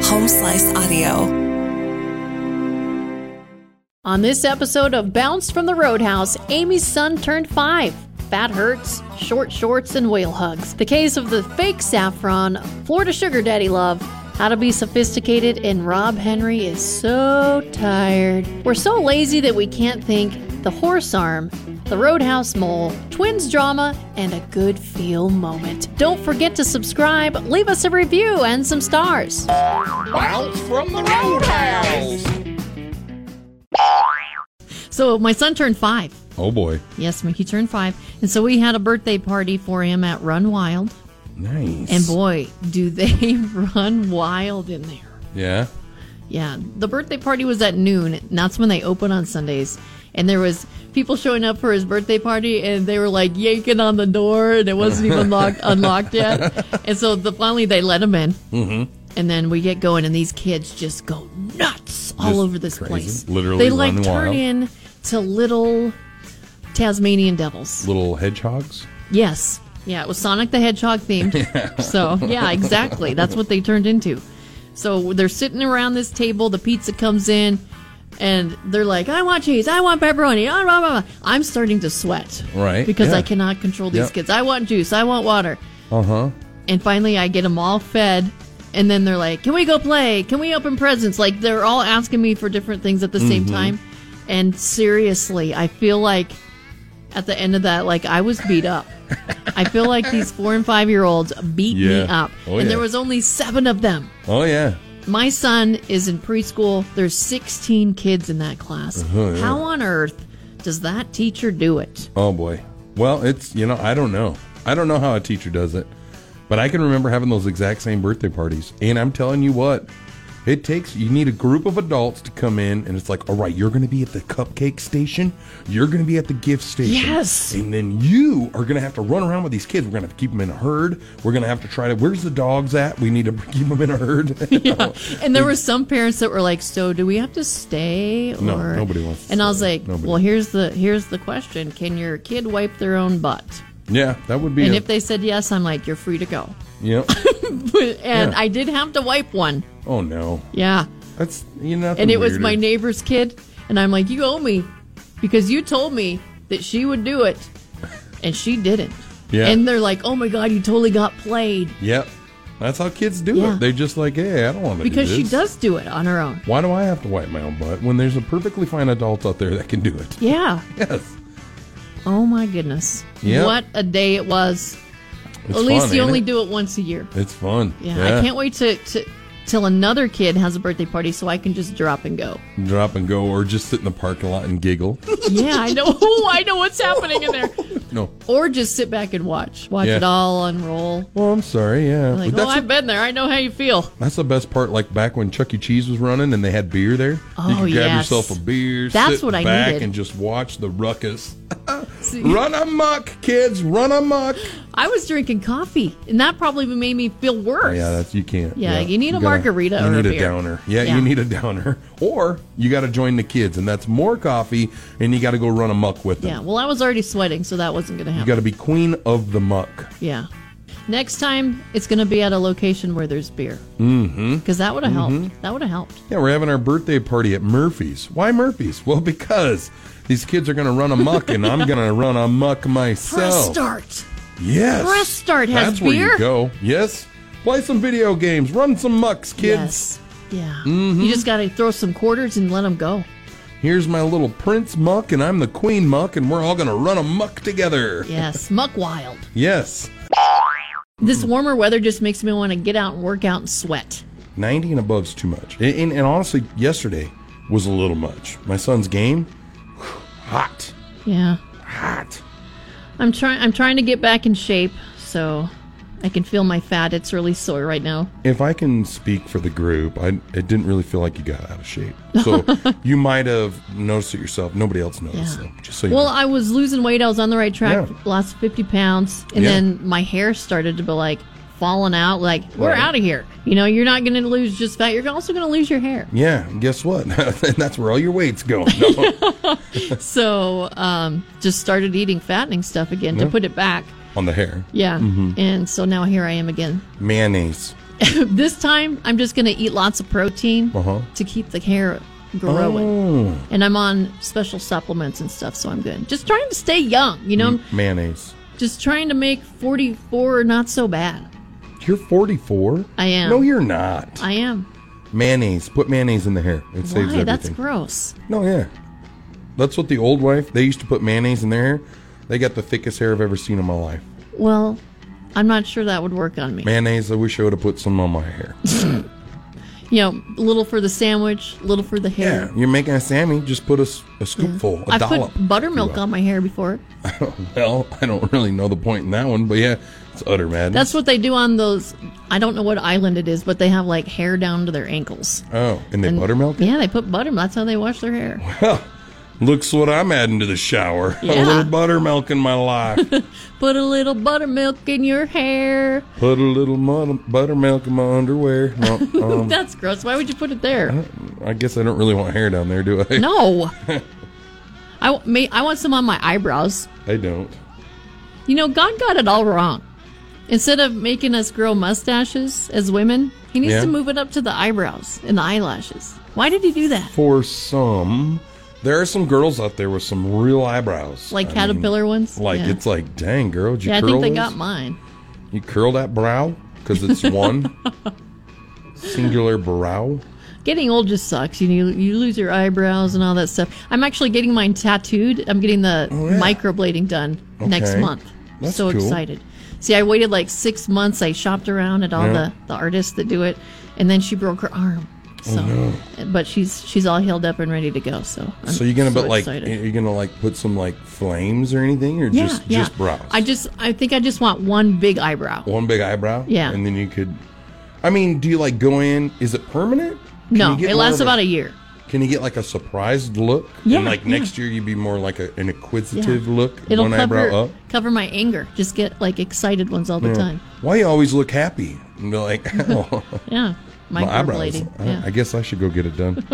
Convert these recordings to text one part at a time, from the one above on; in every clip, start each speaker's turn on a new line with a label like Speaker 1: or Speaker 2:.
Speaker 1: Slice Audio.
Speaker 2: On this episode of Bounce from the Roadhouse, Amy's son turned five. Fat hurts, short shorts, and whale hugs. The case of the fake saffron, Florida sugar daddy love, how to be sophisticated, and Rob Henry is so tired. We're so lazy that we can't think. The horse arm, the roadhouse mole, twins drama, and a good feel moment. Don't forget to subscribe, leave us a review, and some stars.
Speaker 3: Bounce from the Roadhouse.
Speaker 2: So, my son turned five.
Speaker 3: Oh boy,
Speaker 2: Yes, Mickey turned five. And so we had a birthday party for him at Run Wild.
Speaker 3: nice.
Speaker 2: And boy, do they run wild in there.
Speaker 3: yeah,
Speaker 2: Yeah. The birthday party was at noon. and That's when they open on Sundays. And there was people showing up for his birthday party and they were like yanking on the door and it wasn't even locked unlocked yet. And so the, finally they let him in. Mm-hmm. And then we get going and these kids just go nuts all
Speaker 3: Just
Speaker 2: over this
Speaker 3: crazy.
Speaker 2: place.
Speaker 3: Literally
Speaker 2: They like
Speaker 3: run
Speaker 2: turn
Speaker 3: wild.
Speaker 2: in to little Tasmanian devils.
Speaker 3: little hedgehogs.
Speaker 2: Yes. Yeah, it was Sonic the Hedgehog themed. So, yeah, exactly. That's what they turned into. So they're sitting around this table, the pizza comes in, and they're like, I want cheese, I want pepperoni, ah, blah, blah, blah." I'm starting to sweat.
Speaker 3: Right,
Speaker 2: Because
Speaker 3: yeah.
Speaker 2: I cannot control these
Speaker 3: Yeah.
Speaker 2: kids. I want juice, I want water.
Speaker 3: Uh huh.
Speaker 2: And finally, I get them all fed. And then they're like, "Can we go play? Can we open presents?" Like they're all asking me for different things at the same
Speaker 3: Mm-hmm.
Speaker 2: time. And seriously, I feel like at the end of that, like I was beat up. I feel like these four and five year olds beat me
Speaker 3: Yeah.
Speaker 2: up,
Speaker 3: Oh,
Speaker 2: and there
Speaker 3: yeah.
Speaker 2: was only seven of them.
Speaker 3: Oh yeah.
Speaker 2: My son is in preschool. There's 16 kids in that class.
Speaker 3: Uh-huh, yeah.
Speaker 2: How on earth does that teacher do it?
Speaker 3: Oh boy. Well, it's you know I don't know. I don't know how a teacher does it, but I can remember having those exact same birthday parties. And I'm telling you what, it takes. You need a group of adults to come in, and it's like, all right, you're going to be at the cupcake station. You're going to be at the gift station.
Speaker 2: Yes.
Speaker 3: And then you are going to have to run around with these kids. We're going to have to keep them in a herd. We're going to have to try to. Where's the dogs at? We need to keep them in a herd. yeah.
Speaker 2: And there were some parents that were like, "So, do we have to stay?" Or...
Speaker 3: No, nobody wants to
Speaker 2: and I was
Speaker 3: stay.
Speaker 2: like,
Speaker 3: Nobody.
Speaker 2: "Well, here's the here's the question: Can your kid wipe their own butt?"
Speaker 3: Yeah, that would be.
Speaker 2: And
Speaker 3: a-
Speaker 2: if they said yes, I'm like, "You're free to go."
Speaker 3: Yep.
Speaker 2: and
Speaker 3: Yeah.
Speaker 2: I did have to wipe one.
Speaker 3: Oh no.
Speaker 2: Yeah,
Speaker 3: That's you know.
Speaker 2: and it was my neighbor's kid, and I'm like, "You owe me," because you told me that she would do it, and she didn't.
Speaker 3: Yeah.
Speaker 2: And they're like, "Oh my god, you totally got played,"
Speaker 3: Yep. That's how kids do
Speaker 2: Yeah.
Speaker 3: it. They just like, hey, I don't want to
Speaker 2: because
Speaker 3: do
Speaker 2: she
Speaker 3: this.
Speaker 2: does do it on her own.
Speaker 3: Why do I have to wipe my own butt when there's a perfectly fine adult out there that can do it?
Speaker 2: Yeah.
Speaker 3: Yes.
Speaker 2: Oh my goodness.
Speaker 3: Yeah.
Speaker 2: What a day it was.
Speaker 3: It's
Speaker 2: At least
Speaker 3: fun,
Speaker 2: you
Speaker 3: ain't
Speaker 2: only
Speaker 3: it?
Speaker 2: do it once a year.
Speaker 3: It's fun.
Speaker 2: Yeah, I can't wait to, to till another kid has a birthday party so I can just drop and go.
Speaker 3: Drop and go, or just sit in the parking lot and giggle.
Speaker 2: Yeah, I know. Ooh, I know what's happening in there.
Speaker 3: no.
Speaker 2: Or just sit back and watch, watch
Speaker 3: Yeah.
Speaker 2: it all unroll.
Speaker 3: Well, I'm sorry. Yeah.
Speaker 2: Like,
Speaker 3: But
Speaker 2: oh,
Speaker 3: that's,
Speaker 2: I've been there. I know how you feel.
Speaker 3: that's the best part. Like back when Chuck E. Cheese was running and they had beer there, you
Speaker 2: Oh,
Speaker 3: could grab
Speaker 2: yes.
Speaker 3: yourself a beer.
Speaker 2: That's
Speaker 3: sit
Speaker 2: what I
Speaker 3: back
Speaker 2: needed.
Speaker 3: and just watch the ruckus.
Speaker 2: See,
Speaker 3: run amok, kids. Run amok.
Speaker 2: I was drinking coffee, and that probably made me feel worse.
Speaker 3: Oh, Yeah, that's you can't.
Speaker 2: Yeah, you need a margarita
Speaker 3: You
Speaker 2: or a
Speaker 3: need a,
Speaker 2: beer.
Speaker 3: downer. Yeah,
Speaker 2: Yeah.
Speaker 3: you need a downer, or you got to join the kids, and that's more coffee, and you got to go run amok with them.
Speaker 2: Yeah, well, I was already sweating, so that wasn't going to
Speaker 3: You
Speaker 2: happen.
Speaker 3: got to be queen of the muck.
Speaker 2: yeah. Next time, it's going to be at a location where there's beer. Mm-hmm. Because that would have helped. That would have helped.
Speaker 3: Yeah, we're having our birthday party at Murphy's. Why Murphy's? Well, because these kids are going to run amok, and I'm going to run amok
Speaker 2: Press
Speaker 3: myself.
Speaker 2: start.
Speaker 3: Yes.
Speaker 2: Press Start has
Speaker 3: That's where
Speaker 2: beer?
Speaker 3: you go. Yes. Play some video games. Run some mucks, kids. Mm-hmm.
Speaker 2: Yes. Yeah. You just got to throw some quarters and let them go.
Speaker 3: Here's my little prince muck, and I'm the queen muck, and we're all going to run amok together.
Speaker 2: Yes. Muck wild.
Speaker 3: Yes.
Speaker 2: This warmer weather just makes me want to get out and work out and sweat.
Speaker 3: 90 and above is too much. And, and, and honestly, yesterday was a little much. My son's game, whew, hot,
Speaker 2: Yeah.
Speaker 3: hot.
Speaker 2: I'm trying I'm trying to get back in shape, so I can feel my fat. It's really sore right now.
Speaker 3: If I can speak for the group, I it didn't really feel like you got out of shape. So you might have noticed it yourself. Nobody else noticed
Speaker 2: Yeah.
Speaker 3: it. Just so you
Speaker 2: Well,
Speaker 3: know.
Speaker 2: I was losing weight. I was on the right track.
Speaker 3: Yeah.
Speaker 2: Lost 50 pounds, and
Speaker 3: Yeah.
Speaker 2: then my hair started to be like falling out. Like we're
Speaker 3: Right.
Speaker 2: out of here. You know, you're not going to lose just fat. You're also going to lose your hair.
Speaker 3: yeah, and guess what? and that's where all your weight's going. No,
Speaker 2: So, um, just started eating fattening stuff again to put it back.
Speaker 3: on the hair.
Speaker 2: Yeah. And so now here I am again.
Speaker 3: Mayonnaise.
Speaker 2: this time, I'm just going to eat lots of protein
Speaker 3: Uh-huh.
Speaker 2: to keep the hair growing.
Speaker 3: Oh,
Speaker 2: And I'm on special supplements and stuff, so I'm good. Just trying to stay young, you know?
Speaker 3: Mm-hmm. mayonnaise.
Speaker 2: Just trying to make 44 not so bad.
Speaker 3: You're 44.
Speaker 2: I am.
Speaker 3: No, you're not.
Speaker 2: I am.
Speaker 3: mayonnaise. Put mayonnaise in the hair. It saves
Speaker 2: Why?
Speaker 3: everything.
Speaker 2: That's gross.
Speaker 3: No, yeah. That's what the old wife. They used to put mayonnaise in their hair. They got the thickest hair I've ever seen in my life.
Speaker 2: Well, I'm not sure that would work on me.
Speaker 3: Mayonnaise. I wish I would have put some on my hair.
Speaker 2: You know, little for the sandwich, little for the hair.
Speaker 3: yeah, you're making a Sammy. Just put a, s- a scoopful, a
Speaker 2: I've
Speaker 3: dollop.
Speaker 2: put buttermilk on my hair before.
Speaker 3: well, I don't really know the point in that one, but yeah, it's utter madness.
Speaker 2: That's what they do on those. I don't know what island it is, but they have like hair down to their ankles.
Speaker 3: oh, and they buttermilk. it?
Speaker 2: Yeah, they put buttermilk. That's how they wash their hair.
Speaker 3: Looks what I'm adding to the shower. A
Speaker 2: Yeah.
Speaker 3: little buttermilk in my life.
Speaker 2: Put a little buttermilk in your hair.
Speaker 3: Put a little mud- buttermilk in my underwear. No, um,
Speaker 2: That's gross. Why would you put it there?
Speaker 3: I guess I don't really want hair down there, do I?
Speaker 2: No. I, w- may, I want some on my eyebrows.
Speaker 3: I don't.
Speaker 2: You know, God got it all wrong. Instead of making us grow mustaches as women, He needs
Speaker 3: Yeah.
Speaker 2: to move it up to the eyebrows and the eyelashes. Why did He do that?
Speaker 3: for some. There are some girls out there with some real eyebrows.
Speaker 2: Like
Speaker 3: I
Speaker 2: caterpillar ones?
Speaker 3: mean, like
Speaker 2: Yeah.
Speaker 3: it's like, dang girl, did you
Speaker 2: Yeah, I
Speaker 3: curl
Speaker 2: think they
Speaker 3: this?
Speaker 2: got mine.
Speaker 3: You curl that brow because it's one singular brow.
Speaker 2: Getting old just sucks. You know, you lose your eyebrows and all that stuff. I'm actually getting mine tattooed. I'm getting the
Speaker 3: Oh, yeah.
Speaker 2: microblading done next
Speaker 3: Okay.
Speaker 2: month.
Speaker 3: That's
Speaker 2: so
Speaker 3: cool.
Speaker 2: excited. See, I waited like six months. I shopped around at all
Speaker 3: Yeah. Oh,
Speaker 2: the, the artists that do it, and then she broke her arm. So, but she's she's all healed up and ready to go. So, I'm
Speaker 3: so you're gonna
Speaker 2: so
Speaker 3: but like
Speaker 2: excited.
Speaker 3: you're gonna like put some like flames or anything or
Speaker 2: yeah,
Speaker 3: just
Speaker 2: yeah.
Speaker 3: just brows.
Speaker 2: I just I think I just want one big eyebrow.
Speaker 3: one big eyebrow.
Speaker 2: Yeah.
Speaker 3: and then you could. I mean, do you like go in? Is it permanent? Can
Speaker 2: no,
Speaker 3: you get
Speaker 2: it
Speaker 3: more
Speaker 2: lasts
Speaker 3: of
Speaker 2: about a year.
Speaker 3: Can you get like a surprised look?
Speaker 2: Yeah,
Speaker 3: and like next year you'd be more like a, an acquisitive look.
Speaker 2: It'll
Speaker 3: one
Speaker 2: cover
Speaker 3: eyebrow up.
Speaker 2: cover my anger. Just get like excited ones all the time.
Speaker 3: Why you always look happy? And be like, oh,
Speaker 2: Yeah.
Speaker 3: my eyebrows. Uh,
Speaker 2: Microblading.
Speaker 3: I,
Speaker 2: yeah.
Speaker 3: I guess I should go get it done.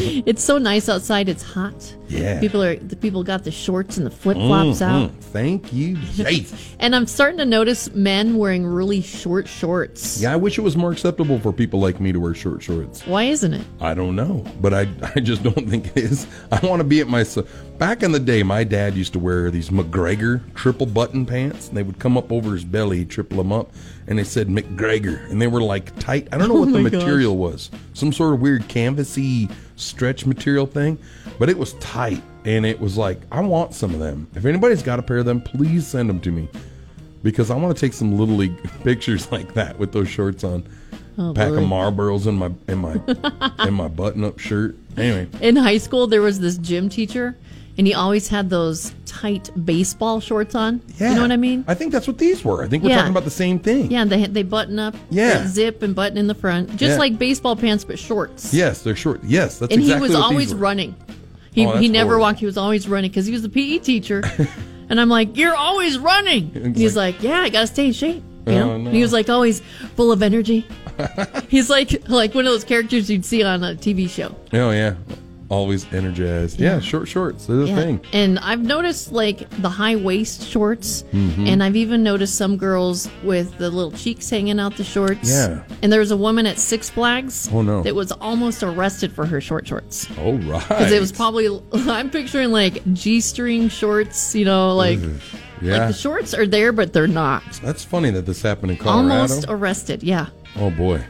Speaker 2: It's so nice outside. It's hot.
Speaker 3: Yeah.
Speaker 2: People are the people got the shorts and the flip flops out.
Speaker 3: Mm, Thank you, Jace.
Speaker 2: And I'm starting to notice men wearing really short shorts.
Speaker 3: Yeah, I wish it was more acceptable for people like me to wear short shorts.
Speaker 2: Why isn't it?
Speaker 3: I don't know, but I, I just don't think it is. I want to be at my. s- Back in the day, my dad used to wear these McGregor triple button pants, and they would come up over his belly, he'd triple them up, and they said McGregor, and they were like tight. I don't know what the
Speaker 2: Oh my gosh.
Speaker 3: material was, some sort of weird canvasy stretch material thing, but it was tight, and it was like I want some of them. If anybody's got a pair of them, please send them to me, because I want to take some little league pictures like that with those shorts on. pack of
Speaker 2: boy.
Speaker 3: Marlboros in my in my in my button-up shirt. Anyway,
Speaker 2: In high school there was this gym teacher and he always had those tight baseball shorts on.
Speaker 3: yeah,
Speaker 2: You know what I mean?
Speaker 3: I think that's what these were. I think we're
Speaker 2: Yeah.
Speaker 3: talking about the same thing.
Speaker 2: yeah, they they button up,
Speaker 3: Yeah.
Speaker 2: they zip and button in the front, just
Speaker 3: Yeah.
Speaker 2: like baseball pants but shorts.
Speaker 3: Yes, they're short. Yes, that's
Speaker 2: and
Speaker 3: exactly
Speaker 2: he was
Speaker 3: what these
Speaker 2: always
Speaker 3: were.
Speaker 2: running. He,
Speaker 3: Oh, that's
Speaker 2: he never
Speaker 3: horrible.
Speaker 2: walked. He was always running because he was a PE teacher. and I'm like, you're always running. And he's like, yeah, I gotta stay in shape. You know?
Speaker 3: Oh, no.
Speaker 2: And he was like always full of energy. he's like like one of those characters you'd see on a TV show.
Speaker 3: Oh yeah, always energized. Yeah, short shorts. They're the thing.
Speaker 2: And I've noticed like the high waist shorts,
Speaker 3: Mm-hmm.
Speaker 2: and I've even noticed some girls with the little cheeks hanging out the shorts.
Speaker 3: Yeah.
Speaker 2: And there was a woman at Six Flags.
Speaker 3: Oh, no.
Speaker 2: That was almost arrested for her short shorts.
Speaker 3: All right.
Speaker 2: Because it was probably, I'm picturing like G string shorts, you know, like,
Speaker 3: yeah.
Speaker 2: like the shorts are there, but they're not.
Speaker 3: that's funny that this happened in Colorado.
Speaker 2: Almost arrested, yeah.
Speaker 3: Oh boy,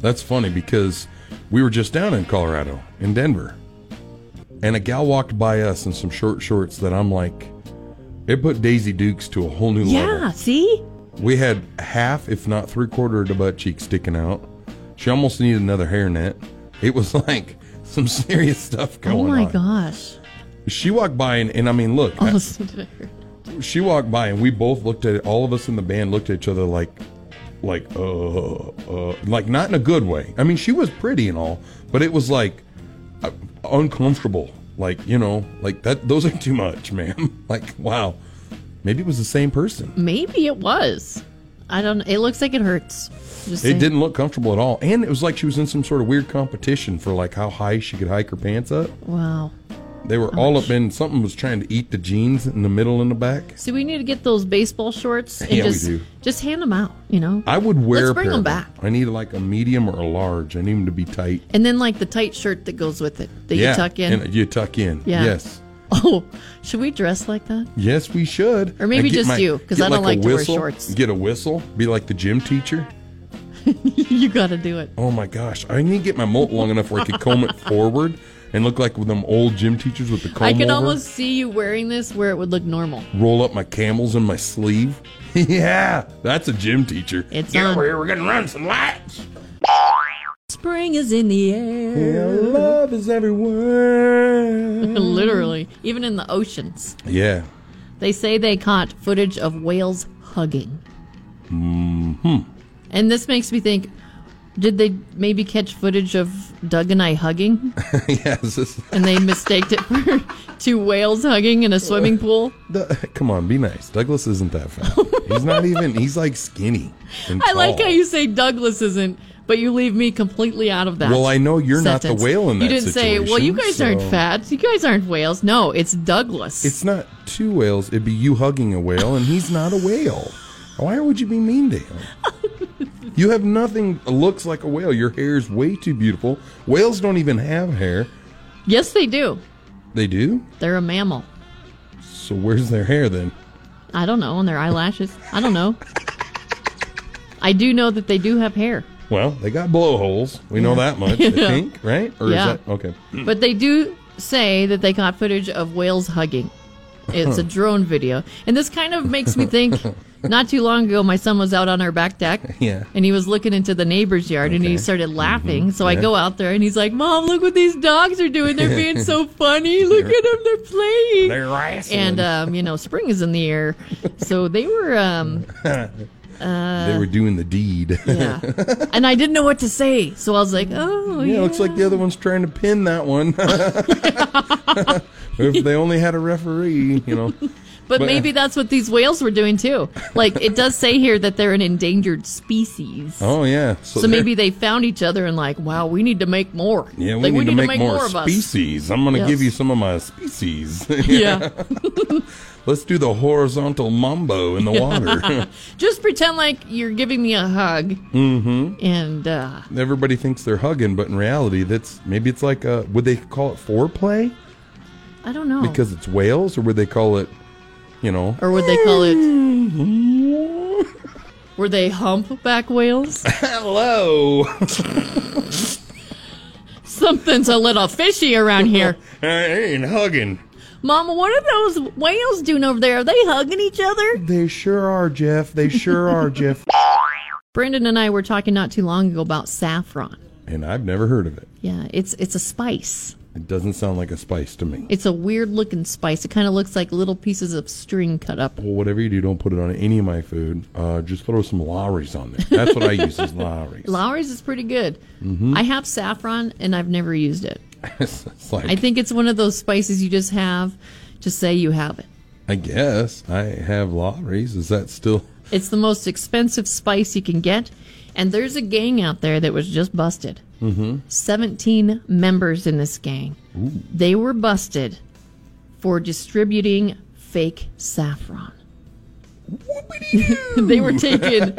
Speaker 3: that's funny because we were just down in Colorado, in Denver, and a gal walked by us in some short shorts that I'm like, it put Daisy Dukes to a whole new
Speaker 2: Yeah,
Speaker 3: level.
Speaker 2: see?
Speaker 3: We had half, if not three quarter, of the butt cheek sticking out. She almost needed another hairnet. It was like some serious stuff going
Speaker 2: Oh
Speaker 3: on.
Speaker 2: my Oh, gosh.
Speaker 3: She walked by, and, and I mean, look, I-
Speaker 2: Almost there.
Speaker 3: she walked by and we both looked at it. All of us in the band looked at each other like, like, uh, uh, like not in a good way. I mean, she was pretty and all, but it was like uh, uncomfortable. Like, you know, like that, those are too much, ma'am. Like, wow. Maybe it was the same person.
Speaker 2: Maybe it was. I don't It looks like it hurts. Just
Speaker 3: It
Speaker 2: saying.
Speaker 3: didn't look comfortable at all. And it was like she was in some sort of weird competition for like how high she could hike her pants up.
Speaker 2: Wow.
Speaker 3: They were all up in something was trying to eat the jeans in the middle and the back.
Speaker 2: So we need to get those baseball shorts and
Speaker 3: Yeah, we
Speaker 2: just
Speaker 3: do.
Speaker 2: just hand them out, you know.
Speaker 3: I would wear.
Speaker 2: Let's
Speaker 3: a
Speaker 2: bring
Speaker 3: pair
Speaker 2: 'em
Speaker 3: of
Speaker 2: back.
Speaker 3: I need like a medium or a large. I need them to be tight.
Speaker 2: and then like the tight shirt that goes with it that
Speaker 3: yeah,
Speaker 2: you tuck in.
Speaker 3: And you tuck in.
Speaker 2: Yeah.
Speaker 3: Yes.
Speaker 2: oh, should we dress like that?
Speaker 3: Yes, we should.
Speaker 2: Or maybe
Speaker 3: And get
Speaker 2: just you, 'cause
Speaker 3: get
Speaker 2: I don't
Speaker 3: a
Speaker 2: like to wear
Speaker 3: whistle,
Speaker 2: shorts.
Speaker 3: Get a whistle. Be like the gym teacher.
Speaker 2: you got to do it.
Speaker 3: Oh my gosh! I need to get my molt long enough where I could comb it forward and look like them old gym teachers with the comb.
Speaker 2: I can
Speaker 3: over.
Speaker 2: almost see you wearing this where it would look normal.
Speaker 3: roll up my camels in my sleeve. yeah, that's a gym teacher.
Speaker 2: It's
Speaker 3: yeah,
Speaker 2: on.
Speaker 3: we're, we're gonna run some laps.
Speaker 2: Spring is in the air.
Speaker 3: love is everywhere.
Speaker 2: Literally, even in the oceans.
Speaker 3: yeah,
Speaker 2: They say they caught footage of whales hugging. Mm-hmm.
Speaker 3: Mm-hmm.
Speaker 2: And this makes me think did they maybe catch footage of Doug and I hugging?
Speaker 3: yeah. It's just,
Speaker 2: And they mistaked it for two whales hugging in a swimming pool?
Speaker 3: the, come on, be nice. Douglas isn't that fat. he's not even. He's like skinny. and
Speaker 2: I like
Speaker 3: tall.
Speaker 2: how you say Douglas isn't, but you leave me completely out of that.
Speaker 3: Well, I know you're not the
Speaker 2: sentence.
Speaker 3: whale in that
Speaker 2: You didn't say, well, you
Speaker 3: situation,
Speaker 2: guys aren't
Speaker 3: so-
Speaker 2: fat. You guys aren't whales. No, it's Douglas.
Speaker 3: It's not two whales. It'd be you hugging a whale, and he's not a whale. Why would you be mean to him? You have nothing that looks like a whale. Your hair is way too beautiful. Whales don't even have hair.
Speaker 2: yes, they do.
Speaker 3: They do.
Speaker 2: They're a mammal.
Speaker 3: So where's their hair then?
Speaker 2: I don't know, on their eyelashes. I don't know. I do know that they do have hair,
Speaker 3: Well, they got blowholes. We know that much. I think, right? Or
Speaker 2: Yeah.
Speaker 3: is that okay?
Speaker 2: but they do say that they caught footage of whales hugging. It's a drone video. And this kind of makes me think not too long ago, my son was out on our back deck.
Speaker 3: Yeah.
Speaker 2: And he was looking into the neighbor's yard and he
Speaker 3: Okay. Mm-hmm.
Speaker 2: started laughing. So I
Speaker 3: Yeah.
Speaker 2: go out there and he's like, Mom, look what these dogs are doing. They're being so funny. Look at them. They're playing.
Speaker 3: They're wrestling.
Speaker 2: and, um, you know, spring is in the air. So they were um,
Speaker 3: they
Speaker 2: uh,
Speaker 3: were doing the deed.
Speaker 2: Yeah. and I didn't know what to say. So I was like, oh, yeah.
Speaker 3: Yeah, looks like the other one's trying to pin that one. if they only had a referee, you know.
Speaker 2: but, maybe that's what these whales were doing too. Like, it does say here that they're an endangered species.
Speaker 3: Oh yeah.
Speaker 2: So
Speaker 3: they're-
Speaker 2: maybe they found each other and like, wow, we need to make more.
Speaker 3: Yeah, we,
Speaker 2: like,
Speaker 3: need, to make, more,
Speaker 2: more of us.
Speaker 3: species. I'm going to
Speaker 2: Yes.
Speaker 3: give you some of my species.
Speaker 2: Yeah.
Speaker 3: Let's do the horizontal mambo in the water.
Speaker 2: Just pretend like you're giving me a hug. Mm-hmm. And uh,
Speaker 3: Everybody thinks they're hugging, but in reality, that's maybe it's like uh would they call it foreplay
Speaker 2: I don't know.
Speaker 3: because it's whales, or would they call it, you know?
Speaker 2: Oh. or would they call it? Were they humpback whales?
Speaker 3: Hello.
Speaker 2: Something's a little fishy around here.
Speaker 3: I ain't hugging.
Speaker 2: Mama, what are those whales doing over there? Are they hugging each other?
Speaker 3: They sure are, Jeff. They sure are, Jeff.
Speaker 2: Brandon and I were talking not too long ago about saffron.
Speaker 3: And I've never heard of it.
Speaker 2: Yeah, it's it's a spice.
Speaker 3: It doesn't sound like a spice to me.
Speaker 2: It's a weird looking spice. It kind of looks like little pieces of string cut up.
Speaker 3: Well, whatever you do, don't put it on any of my food. Uh, just throw some Lowry's on there. That's what I use is Lowry's.
Speaker 2: Lowry's is pretty good. I have saffron and I've never used it.
Speaker 3: it's it's like
Speaker 2: I think it's one of those spices you just have to say you have it.
Speaker 3: I guess I have Lowry's. Is that still?
Speaker 2: It's the most expensive spice you can get. And there's a gang out there that was just busted. Mm-hmm. 17 members in this gang. They were busted for distributing fake saffron. they were taking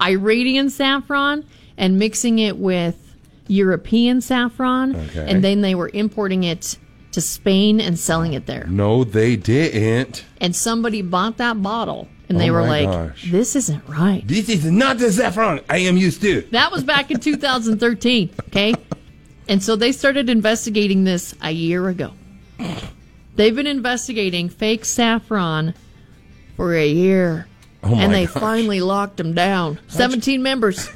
Speaker 2: Iranian saffron and mixing it with European saffron.
Speaker 3: Okay.
Speaker 2: And then they were importing it to Spain and selling it there.
Speaker 3: No, they didn't.
Speaker 2: And somebody bought that bottle and they
Speaker 3: Oh
Speaker 2: were
Speaker 3: my
Speaker 2: like,
Speaker 3: gosh.
Speaker 2: this isn't right.
Speaker 3: This is not the saffron I am used to.
Speaker 2: That was back in 2013, okay? And so they started investigating this a year ago. They've been investigating fake saffron for a year.
Speaker 3: Oh my
Speaker 2: and they
Speaker 3: gosh.
Speaker 2: finally locked them down. 17 members.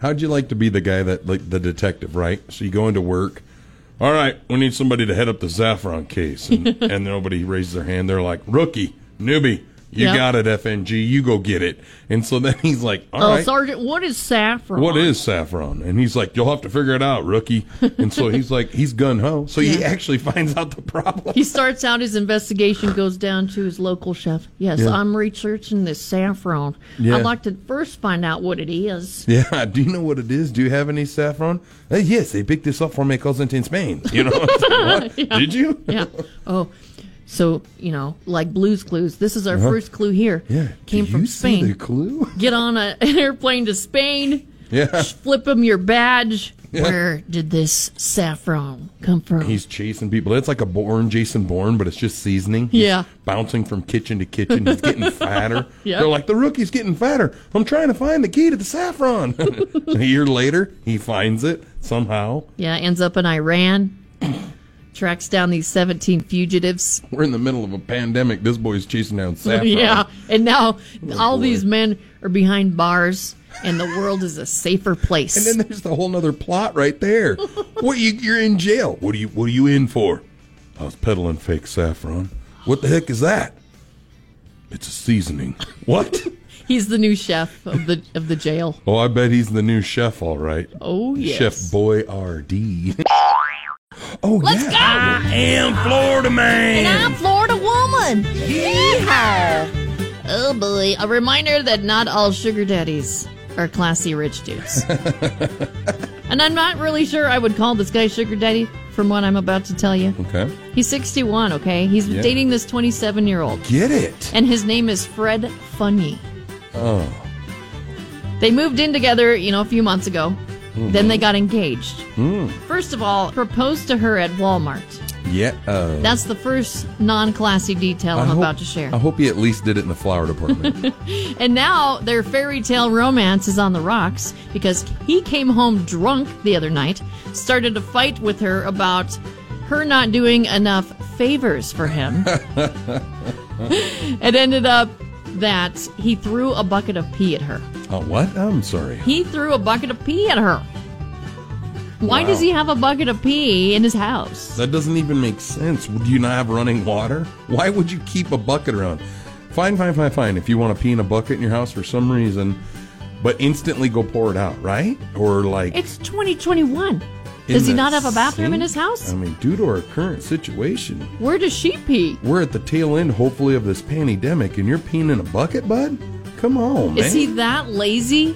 Speaker 3: How'd you like to be the guy that like the detective, right? So you go into work. All right, we need somebody to head up the saffron case, and, and nobody raises their hand. They're like rookie, newbie. You
Speaker 2: Yeah.
Speaker 3: got it, FNG. You go get it. And so then he's like, all
Speaker 2: Oh,
Speaker 3: right,
Speaker 2: Sergeant, what is saffron?
Speaker 3: what is saffron? And he's like, you'll have to figure it out, rookie. And so he's like, he's gun ho. So he actually finds out the problem.
Speaker 2: He starts out his investigation, goes down to his local chef. Yes,
Speaker 3: Yeah.
Speaker 2: I'm researching this saffron.
Speaker 3: Yeah.
Speaker 2: I'd like to first find out what it is.
Speaker 3: Yeah. Do you know what it is? Do you have any saffron? "Uh, yes, they picked this up for my cousins in Spain. You know, It's like, what? did you?
Speaker 2: Yeah. Oh, so you know, like Blue's Clues. This is our first clue here.
Speaker 3: Uh-huh. Yeah.
Speaker 2: Came
Speaker 3: Do
Speaker 2: from
Speaker 3: you see
Speaker 2: Spain.
Speaker 3: the clue?
Speaker 2: Get on a, an airplane to Spain.
Speaker 3: Yeah.
Speaker 2: Flip them your badge. Where did this saffron come from?
Speaker 3: He's chasing people. It's like a Bourne, Jason Bourne, but it's just seasoning. He's
Speaker 2: Yeah.
Speaker 3: Bouncing from kitchen to kitchen. He's getting fatter.
Speaker 2: Yeah.
Speaker 3: They're like, the rookie's getting fatter. I'm trying to find the key to the saffron. a year later, he finds it somehow.
Speaker 2: yeah, ends up in Iran. Tracks down these 17 fugitives.
Speaker 3: We're in the middle of a pandemic. This boy's chasing down saffron.
Speaker 2: Yeah, and now all
Speaker 3: Oh, boy.
Speaker 2: these men are behind bars, and the world is a safer place.
Speaker 3: And then there's the whole nother plot right there. what you, you're in jail. What are you what are you in for? I was peddling fake saffron. What the heck is that? It's a seasoning. What?
Speaker 2: He's the new chef of the of the jail.
Speaker 3: Oh, I bet he's the new chef, all right.
Speaker 2: Oh yes,
Speaker 3: Chef Boy RD. oh,
Speaker 2: Let's
Speaker 3: yeah.
Speaker 2: go!
Speaker 3: I am Florida man.
Speaker 2: I'm Florida woman. Yeehaw! Oh boy! A reminder that not all sugar daddies are classy rich dudes. and I'm not really sure I would call this guy sugar daddy from what I'm about to tell you.
Speaker 3: Okay.
Speaker 2: He's 61. Okay, he's
Speaker 3: Yeah.
Speaker 2: dating this 27 year old.
Speaker 3: Get it.
Speaker 2: and his name is Fred Funny.
Speaker 3: Oh.
Speaker 2: They moved in together, you know, a few months ago. Then they got engaged. First of all, proposed to her at Walmart.
Speaker 3: Yeah. Uh,
Speaker 2: That's the first non classy detail
Speaker 3: I
Speaker 2: I'm
Speaker 3: hope-
Speaker 2: about to share.
Speaker 3: I hope he at least did it in the flower department.
Speaker 2: And now their fairy tale romance is on the rocks because he came home drunk the other night, started a fight with her about her not doing enough favors for him. it ended up that he threw a bucket of pee at her.
Speaker 3: oh, what? I'm sorry.
Speaker 2: He threw a bucket of pee at her. Why
Speaker 3: Wow.
Speaker 2: does he have a bucket of pee in his house?
Speaker 3: That doesn't even make sense. Do you not have running water? Why would you keep a bucket around? Fine, fine, fine, fine. If you want to pee in a bucket in your house for some reason, but instantly go pour it out, right? Or like
Speaker 2: It's 2021.
Speaker 3: in
Speaker 2: Does he
Speaker 3: the
Speaker 2: not have a bathroom in
Speaker 3: sink?
Speaker 2: his house?
Speaker 3: I mean, due to our current situation,
Speaker 2: Where does she pee?
Speaker 3: we're at the tail end, hopefully, of this pandemic, and you're peeing in a bucket, bud? Come on, man.
Speaker 2: Is he that lazy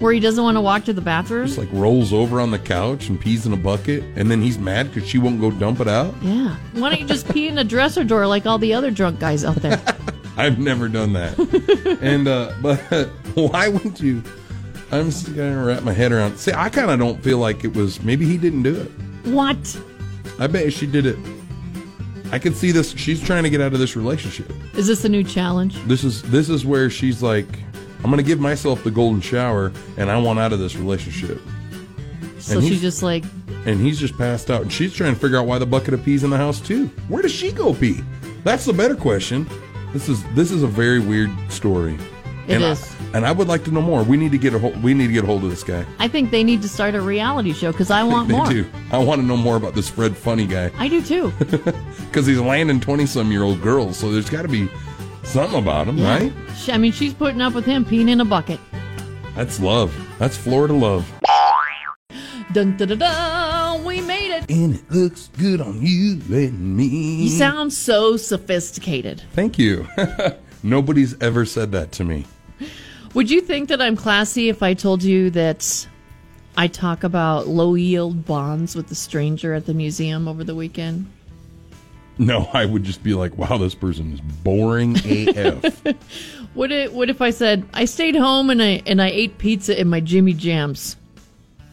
Speaker 2: where he doesn't want to walk to the bathroom?
Speaker 3: Just like rolls over on the couch and pees in a bucket, and then he's mad because she won't go dump it out.
Speaker 2: Yeah. Why don't you just pee in a dresser door like all the other drunk guys out there?
Speaker 3: I've never done that. and uh but why would you? I'm just gonna wrap my head around. See, I kind of don't feel like it was. Maybe he didn't do it.
Speaker 2: what?
Speaker 3: I bet she did it. I can see this. She's trying to get out of this relationship.
Speaker 2: Is this a new challenge?
Speaker 3: This is this is where she's like, I'm gonna give myself the golden shower, and I want out of this relationship.
Speaker 2: So
Speaker 3: And
Speaker 2: she
Speaker 3: he's-
Speaker 2: just like,
Speaker 3: And he's just passed out, and she's trying to figure out why the bucket of peas in the house too. Where does she go pee? That's the better question. This is this is a very weird story.
Speaker 2: It
Speaker 3: and
Speaker 2: is.
Speaker 3: I, and I would like to know more. We need to get a hold, we need to get a hold of this guy.
Speaker 2: I think they need to start a reality show because I want
Speaker 3: They
Speaker 2: more.
Speaker 3: do. I want to know more about this Fred Funny guy
Speaker 2: I do too.
Speaker 3: because he's landing twenty some year old girls. So there's got to be something about him, right?
Speaker 2: She- I mean, she's putting up with him peeing in a bucket.
Speaker 3: That's love. That's Florida love.
Speaker 2: Dun, dun, dun, dun, we made it.
Speaker 3: And it looks good on you and me.
Speaker 2: You sound so sophisticated.
Speaker 3: Thank you. Nobody's ever said that to me.
Speaker 2: Would you think that I'm classy if I told you that I talk about low yield bonds with the stranger at the museum over the weekend?
Speaker 3: No, I would just be like, wow, this person is boring AF.
Speaker 2: What if, what if I said I stayed home and I and I ate pizza in my Jimmy Jams?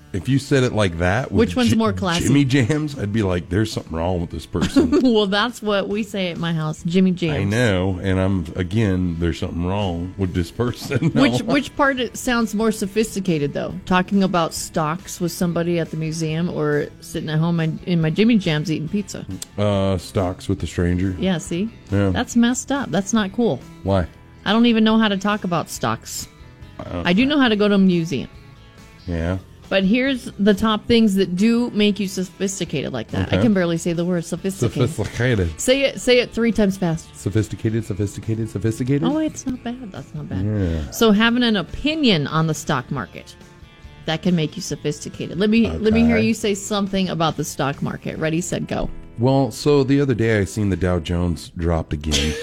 Speaker 3: if you said it like that, with
Speaker 2: Which one's more classy?
Speaker 3: Jimmy Jams, I'd be like, there's something wrong with this person.
Speaker 2: well, that's what we say at my house, Jimmy Jams.
Speaker 3: I know. And I'm, again, there's something wrong with this person. No.
Speaker 2: Which which part it sounds more sophisticated though? Talking about stocks with somebody at the museum or sitting at home and- in my Jimmy Jams eating pizza?
Speaker 3: uh, stocks with a stranger.
Speaker 2: Yeah, see?
Speaker 3: Yeah.
Speaker 2: That's messed up. That's not cool.
Speaker 3: Why?
Speaker 2: I don't even know how to talk about stocks. I do know how to go to a museum.
Speaker 3: Yeah.
Speaker 2: But here's the top things that do make you sophisticated like that. I
Speaker 3: Okay.
Speaker 2: can barely say the word sophisticated.
Speaker 3: Sophisticated.
Speaker 2: say it say it 3 times fast.
Speaker 3: Sophisticated, sophisticated, sophisticated.
Speaker 2: Oh, it's not bad. That's not bad.
Speaker 3: Yeah.
Speaker 2: So having an opinion on the stock market that can make you sophisticated. Let me let me hear
Speaker 3: Okay.
Speaker 2: you say something about the stock market. Ready, set, go.
Speaker 3: Well, so the other day I seen the Dow Jones dropped again,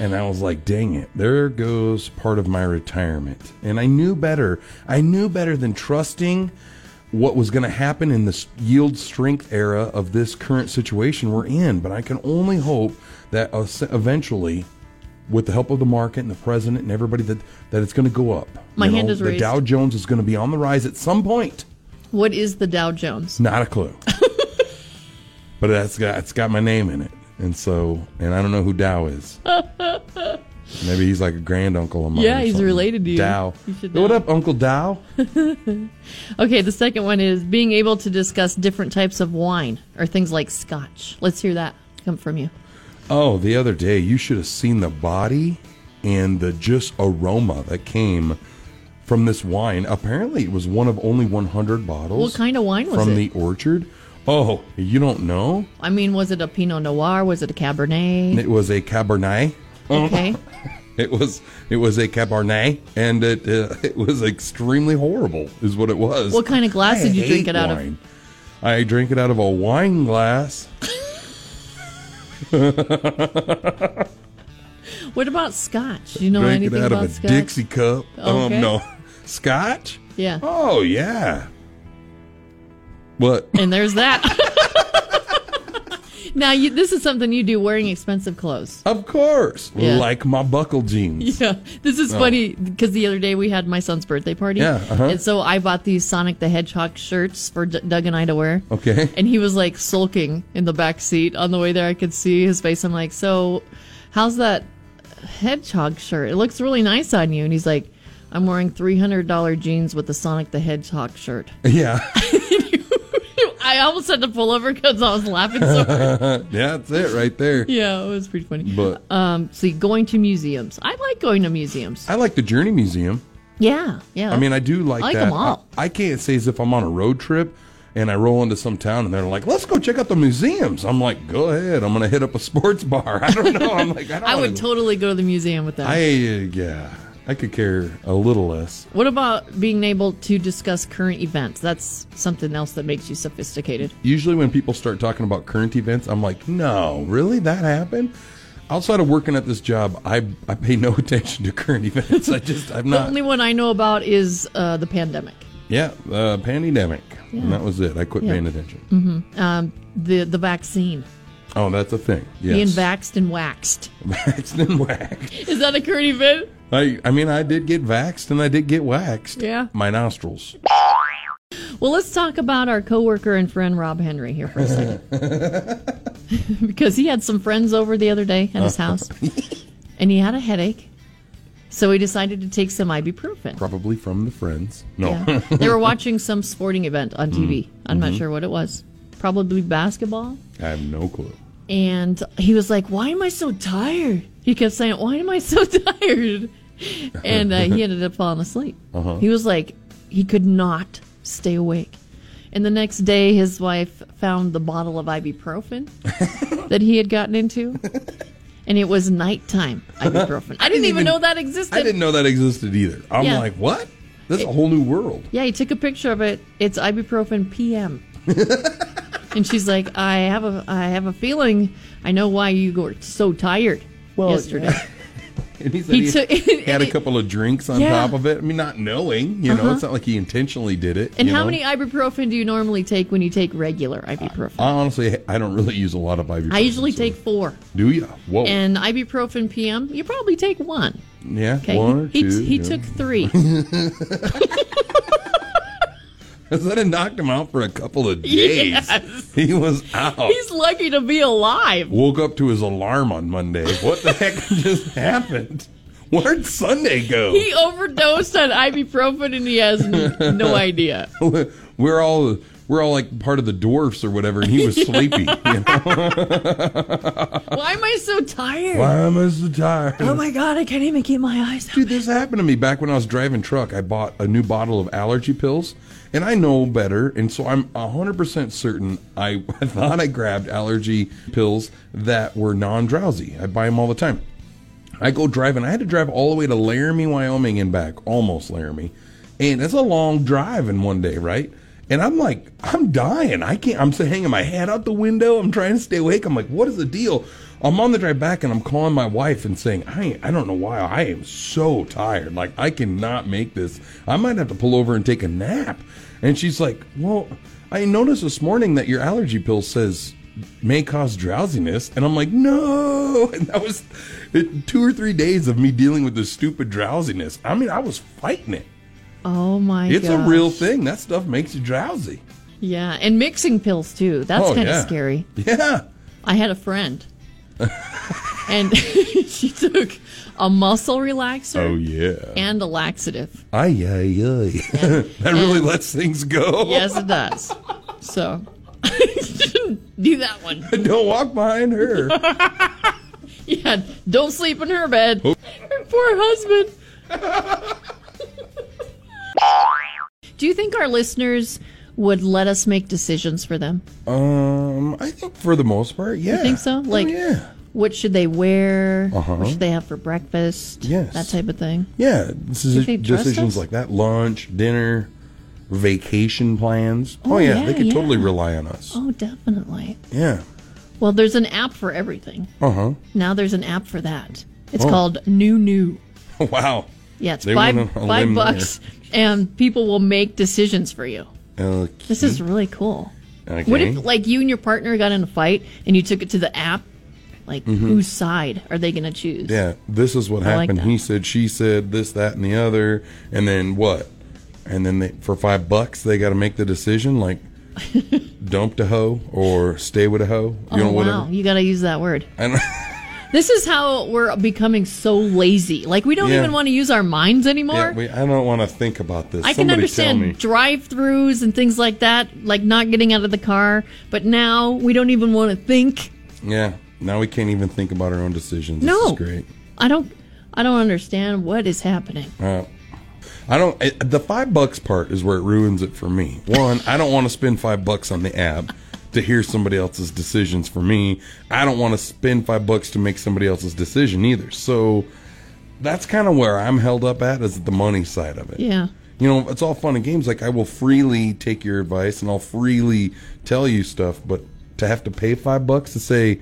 Speaker 3: and I was like, "Dang it! There goes part of my retirement." And I knew better. I knew better than trusting what was going to happen in the yield strength era of this current situation we're in. But I can only hope that es- eventually, with the help of the market and the president and everybody, that that it's going to go up.
Speaker 2: My hand is
Speaker 3: the
Speaker 2: raised.
Speaker 3: Dow Jones is going to be on the rise at some point.
Speaker 2: What is the Dow Jones?
Speaker 3: Not a clue. but that's got it's got my name in it, and so and I don't know who Dow is. Maybe he's like a granduncle of mine.
Speaker 2: Yeah,
Speaker 3: or
Speaker 2: he's
Speaker 3: something.
Speaker 2: related to you.
Speaker 3: Dow.
Speaker 2: You should
Speaker 3: Hey, What
Speaker 2: know.
Speaker 3: up, Uncle Dow?
Speaker 2: Okay, the second one is being able to discuss different types of wine or things like scotch. Let's hear that come from you.
Speaker 3: Oh, the other day you should have seen the body and the just aroma that came from this wine. Apparently, it was one of only 100 bottles.
Speaker 2: What kind of wine was
Speaker 3: from
Speaker 2: it?
Speaker 3: the orchard? Oh, you don't know?
Speaker 2: I mean, was it a Pinot Noir? Was it a Cabernet?
Speaker 3: It was a Cabernet.
Speaker 2: Okay.
Speaker 3: It was it was a Cabernet, and it uh, it was extremely horrible, is what it was.
Speaker 2: What kind of glass did you drink it out of?
Speaker 3: of? I drank it out of a wine glass.
Speaker 2: What about scotch? Do you know
Speaker 3: drank it
Speaker 2: anything
Speaker 3: out of
Speaker 2: about
Speaker 3: a
Speaker 2: scotch?
Speaker 3: Dixie cup.
Speaker 2: Okay.
Speaker 3: Um, no, Scotch.
Speaker 2: Yeah.
Speaker 3: Oh yeah. What?
Speaker 2: And there's that. now, you, this is something you do wearing expensive clothes.
Speaker 3: Of course,
Speaker 2: Yeah.
Speaker 3: like my buckle jeans.
Speaker 2: Yeah, this is funny because the other day we had my son's birthday party.
Speaker 3: Oh. Yeah, uh-huh.
Speaker 2: And so I bought these Sonic the Hedgehog shirts for D- Doug and I to wear.
Speaker 3: Okay.
Speaker 2: And he was like sulking in the back seat on the way there. I could see his face. I'm like, so how's that hedgehog shirt? It looks really nice on you. And he's like, I'm wearing $300 jeans with the Sonic the Hedgehog shirt.
Speaker 3: Yeah,
Speaker 2: I almost had to pull over because I was laughing so hard.
Speaker 3: yeah, that's it right there.
Speaker 2: Yeah, it was pretty funny.
Speaker 3: But
Speaker 2: um, see, going to museums. I like going to museums.
Speaker 3: I like the Journey Museum.
Speaker 2: Yeah, yeah.
Speaker 3: I mean, I do like,
Speaker 2: I like
Speaker 3: that.
Speaker 2: 'em all.
Speaker 3: I, I can't say as if I'm on a road trip and I roll into some town and they're like, "Let's go check out the museums." I'm like, "Go ahead." I'm gonna hit up a sports bar. I don't know. I'm like, I, don't
Speaker 2: I would
Speaker 3: wanna-
Speaker 2: totally go to the museum with that.
Speaker 3: I uh, yeah, I could care a little less.
Speaker 2: what about being able to discuss current events? That's something else that makes you sophisticated.
Speaker 3: Usually, when people start talking about current events, I'm like, "No, really, that happened." Outside of working at this job, I I pay no attention to current events. I just I'm
Speaker 2: The
Speaker 3: not.
Speaker 2: only one I know about is uh, the pandemic.
Speaker 3: yeah, uh, pandemic. And that was it. I quit
Speaker 2: Yeah.
Speaker 3: paying attention.
Speaker 2: Um, the the vaccine.
Speaker 3: Oh, that's a thing. Yes.
Speaker 2: Mm-hmm. Being vaxxed and waxed.
Speaker 3: Waxed and whacked.
Speaker 2: Is that a current event?
Speaker 3: I, I mean, I did get vaxxed and I did get waxed.
Speaker 2: Yeah.
Speaker 3: My nostrils.
Speaker 2: Well, let's talk about our coworker and friend Rob Henry here for a second. because he had some friends over the other day at his house and he had a headache. So he decided to take some ibuprofen.
Speaker 3: Probably from the friends. No.
Speaker 2: Yeah. they were watching some sporting event on TV. I'm not sure what it was. Probably basketball.
Speaker 3: I have no clue.
Speaker 2: And he was like, Why am I so tired? He kept saying, Why am I so tired? And uh, he ended up falling asleep. He was like, He could not stay awake. And the next day, his wife found the bottle of ibuprofen that he had gotten into. And it was nighttime ibuprofen. I didn't even
Speaker 3: even-
Speaker 2: know that existed.
Speaker 3: I didn't know that existed either. I'm
Speaker 2: Yeah.
Speaker 3: like, what? That's a whole new world.
Speaker 2: Yeah, he took a picture of it. It's ibuprofen PM. and she's like, I have a I have a feeling I know why you were so tired
Speaker 3: Well,
Speaker 2: yesterday.
Speaker 3: And he said
Speaker 2: He
Speaker 3: he,
Speaker 2: took-
Speaker 3: had a couple of drinks on
Speaker 2: Yeah. Uh-huh.
Speaker 3: top of it. I mean, not knowing, you know, it's not like he intentionally did it.
Speaker 2: And
Speaker 3: you
Speaker 2: how
Speaker 3: know?
Speaker 2: many ibuprofen do you normally take when you take regular ibuprofen?
Speaker 3: I honestly, I don't really use a lot of ibuprofen.
Speaker 2: I usually
Speaker 3: so-
Speaker 2: take four.
Speaker 3: Do you? Whoa.
Speaker 2: And ibuprofen PM, you probably take one.
Speaker 3: yeah.
Speaker 2: Okay.
Speaker 3: One or
Speaker 2: he
Speaker 3: two.
Speaker 2: he
Speaker 3: yeah.
Speaker 2: took three.
Speaker 3: That had knocked him out for a couple of days.
Speaker 2: Yes.
Speaker 3: He was out.
Speaker 2: He's lucky to be alive.
Speaker 3: woke up to his alarm on Monday. What the heck just happened? Where'd Sunday go?
Speaker 2: He overdosed on ibuprofen and he has n- no idea.
Speaker 3: We're all we're all like part of the dwarfs or whatever, and he was sleepy. You know?
Speaker 2: Why am I so tired?
Speaker 3: Why am I so tired?
Speaker 2: Oh my god, I can't even keep my eyes
Speaker 3: Dude, this happened to me back when I was driving truck. I bought a new bottle of allergy pills, and I know better, and so I'm 100% certain I, I thought I grabbed allergy pills that were non drowsy. I buy them all the time. I go driving. I had to drive all the way to Laramie, Wyoming, and back, almost Laramie, and it's a long drive in one day, right? And I'm like, I'm dying. I can't. I'm still hanging my head out the window. I'm trying to stay awake. I'm like, what is the deal? I'm on the drive back, and I'm calling my wife and saying, I ain't, I don't know why I am so tired. Like I cannot make this. I might have to pull over and take a nap. And she's like, Well, I noticed this morning that your allergy pill says may cause drowsiness and i'm like no and that was it, two or three days of me dealing with this stupid drowsiness i mean i was fighting it
Speaker 2: Oh my god.
Speaker 3: it's a real thing that stuff makes you drowsy
Speaker 2: Yeah, and mixing pills too. That's
Speaker 3: Oh,
Speaker 2: kind of
Speaker 3: yeah.
Speaker 2: scary.
Speaker 3: yeah
Speaker 2: I had a friend. and she took a muscle relaxer
Speaker 3: oh yeah
Speaker 2: and a laxative.
Speaker 3: ay ay ay that really lets things go
Speaker 2: Yes, it does. So I shouldn't do that one.
Speaker 3: don't walk behind her
Speaker 2: Yeah, don't sleep in her bed.
Speaker 3: Oh.
Speaker 2: Her poor husband. do you think our listeners would let us make decisions for them?
Speaker 3: um i think for the most part yeah
Speaker 2: think so? Like-
Speaker 3: oh, yeah
Speaker 2: What should they wear?
Speaker 3: Uh-huh.
Speaker 2: What should they have for breakfast?
Speaker 3: Yes.
Speaker 2: That type of thing.
Speaker 3: Yeah, this is
Speaker 2: they trust
Speaker 3: decisions
Speaker 2: us?
Speaker 3: like that: lunch, dinner, vacation plans. Oh,
Speaker 2: Oh,
Speaker 3: yeah,
Speaker 2: yeah,
Speaker 3: they could
Speaker 2: yeah.
Speaker 3: totally rely on us.
Speaker 2: Oh, definitely.
Speaker 3: Yeah.
Speaker 2: Well, there's an app for everything.
Speaker 3: Uh huh.
Speaker 2: Now there's an app for that. It's called New New.
Speaker 3: wow.
Speaker 2: Yeah, it's
Speaker 3: Oh. They
Speaker 2: five,
Speaker 3: went on a
Speaker 2: five
Speaker 3: limb there.
Speaker 2: bucks, and people will make decisions for you.
Speaker 3: Okay.
Speaker 2: This is really cool.
Speaker 3: Hmm. Okay.
Speaker 2: What if, like, you and your partner got in a fight and you took it to the app? Like, whose side are they going to choose?
Speaker 3: Mm-hmm. yeah, this is what
Speaker 2: like
Speaker 3: happened.
Speaker 2: that.
Speaker 3: he said, she said, this, that, and the other, and then what? And then they, for five bucks, they got to make the decision like dump the hoe or stay with a hoe. You
Speaker 2: oh,
Speaker 3: know,
Speaker 2: wow.
Speaker 3: whatever.
Speaker 2: You got to use that word.
Speaker 3: I don't-
Speaker 2: This is how we're becoming so lazy. Like, we don't
Speaker 3: Yeah.
Speaker 2: even want to use our minds anymore.
Speaker 3: yeah, we, I don't want to think about this.
Speaker 2: I can
Speaker 3: Somebody tell me.
Speaker 2: understand drive-throughs and things like that, like not getting out of the car. But now we don't even want to think.
Speaker 3: Yeah. Now we can't even think about our own decisions. This
Speaker 2: No.
Speaker 3: is great.
Speaker 2: I don't. I don't understand what is happening.
Speaker 3: Uh, I don't. It, the five bucks part is where it ruins it for me. One, I don't want to spend five bucks on the app to hear somebody else's decisions for me. I don't want to spend five bucks to make somebody else's decision either. So that's kind of where I'm held up at is the money side of it.
Speaker 2: Yeah.
Speaker 3: You know, it's all fun and games. Like I will freely take your advice and I'll freely tell you stuff, but to have to pay five bucks to say.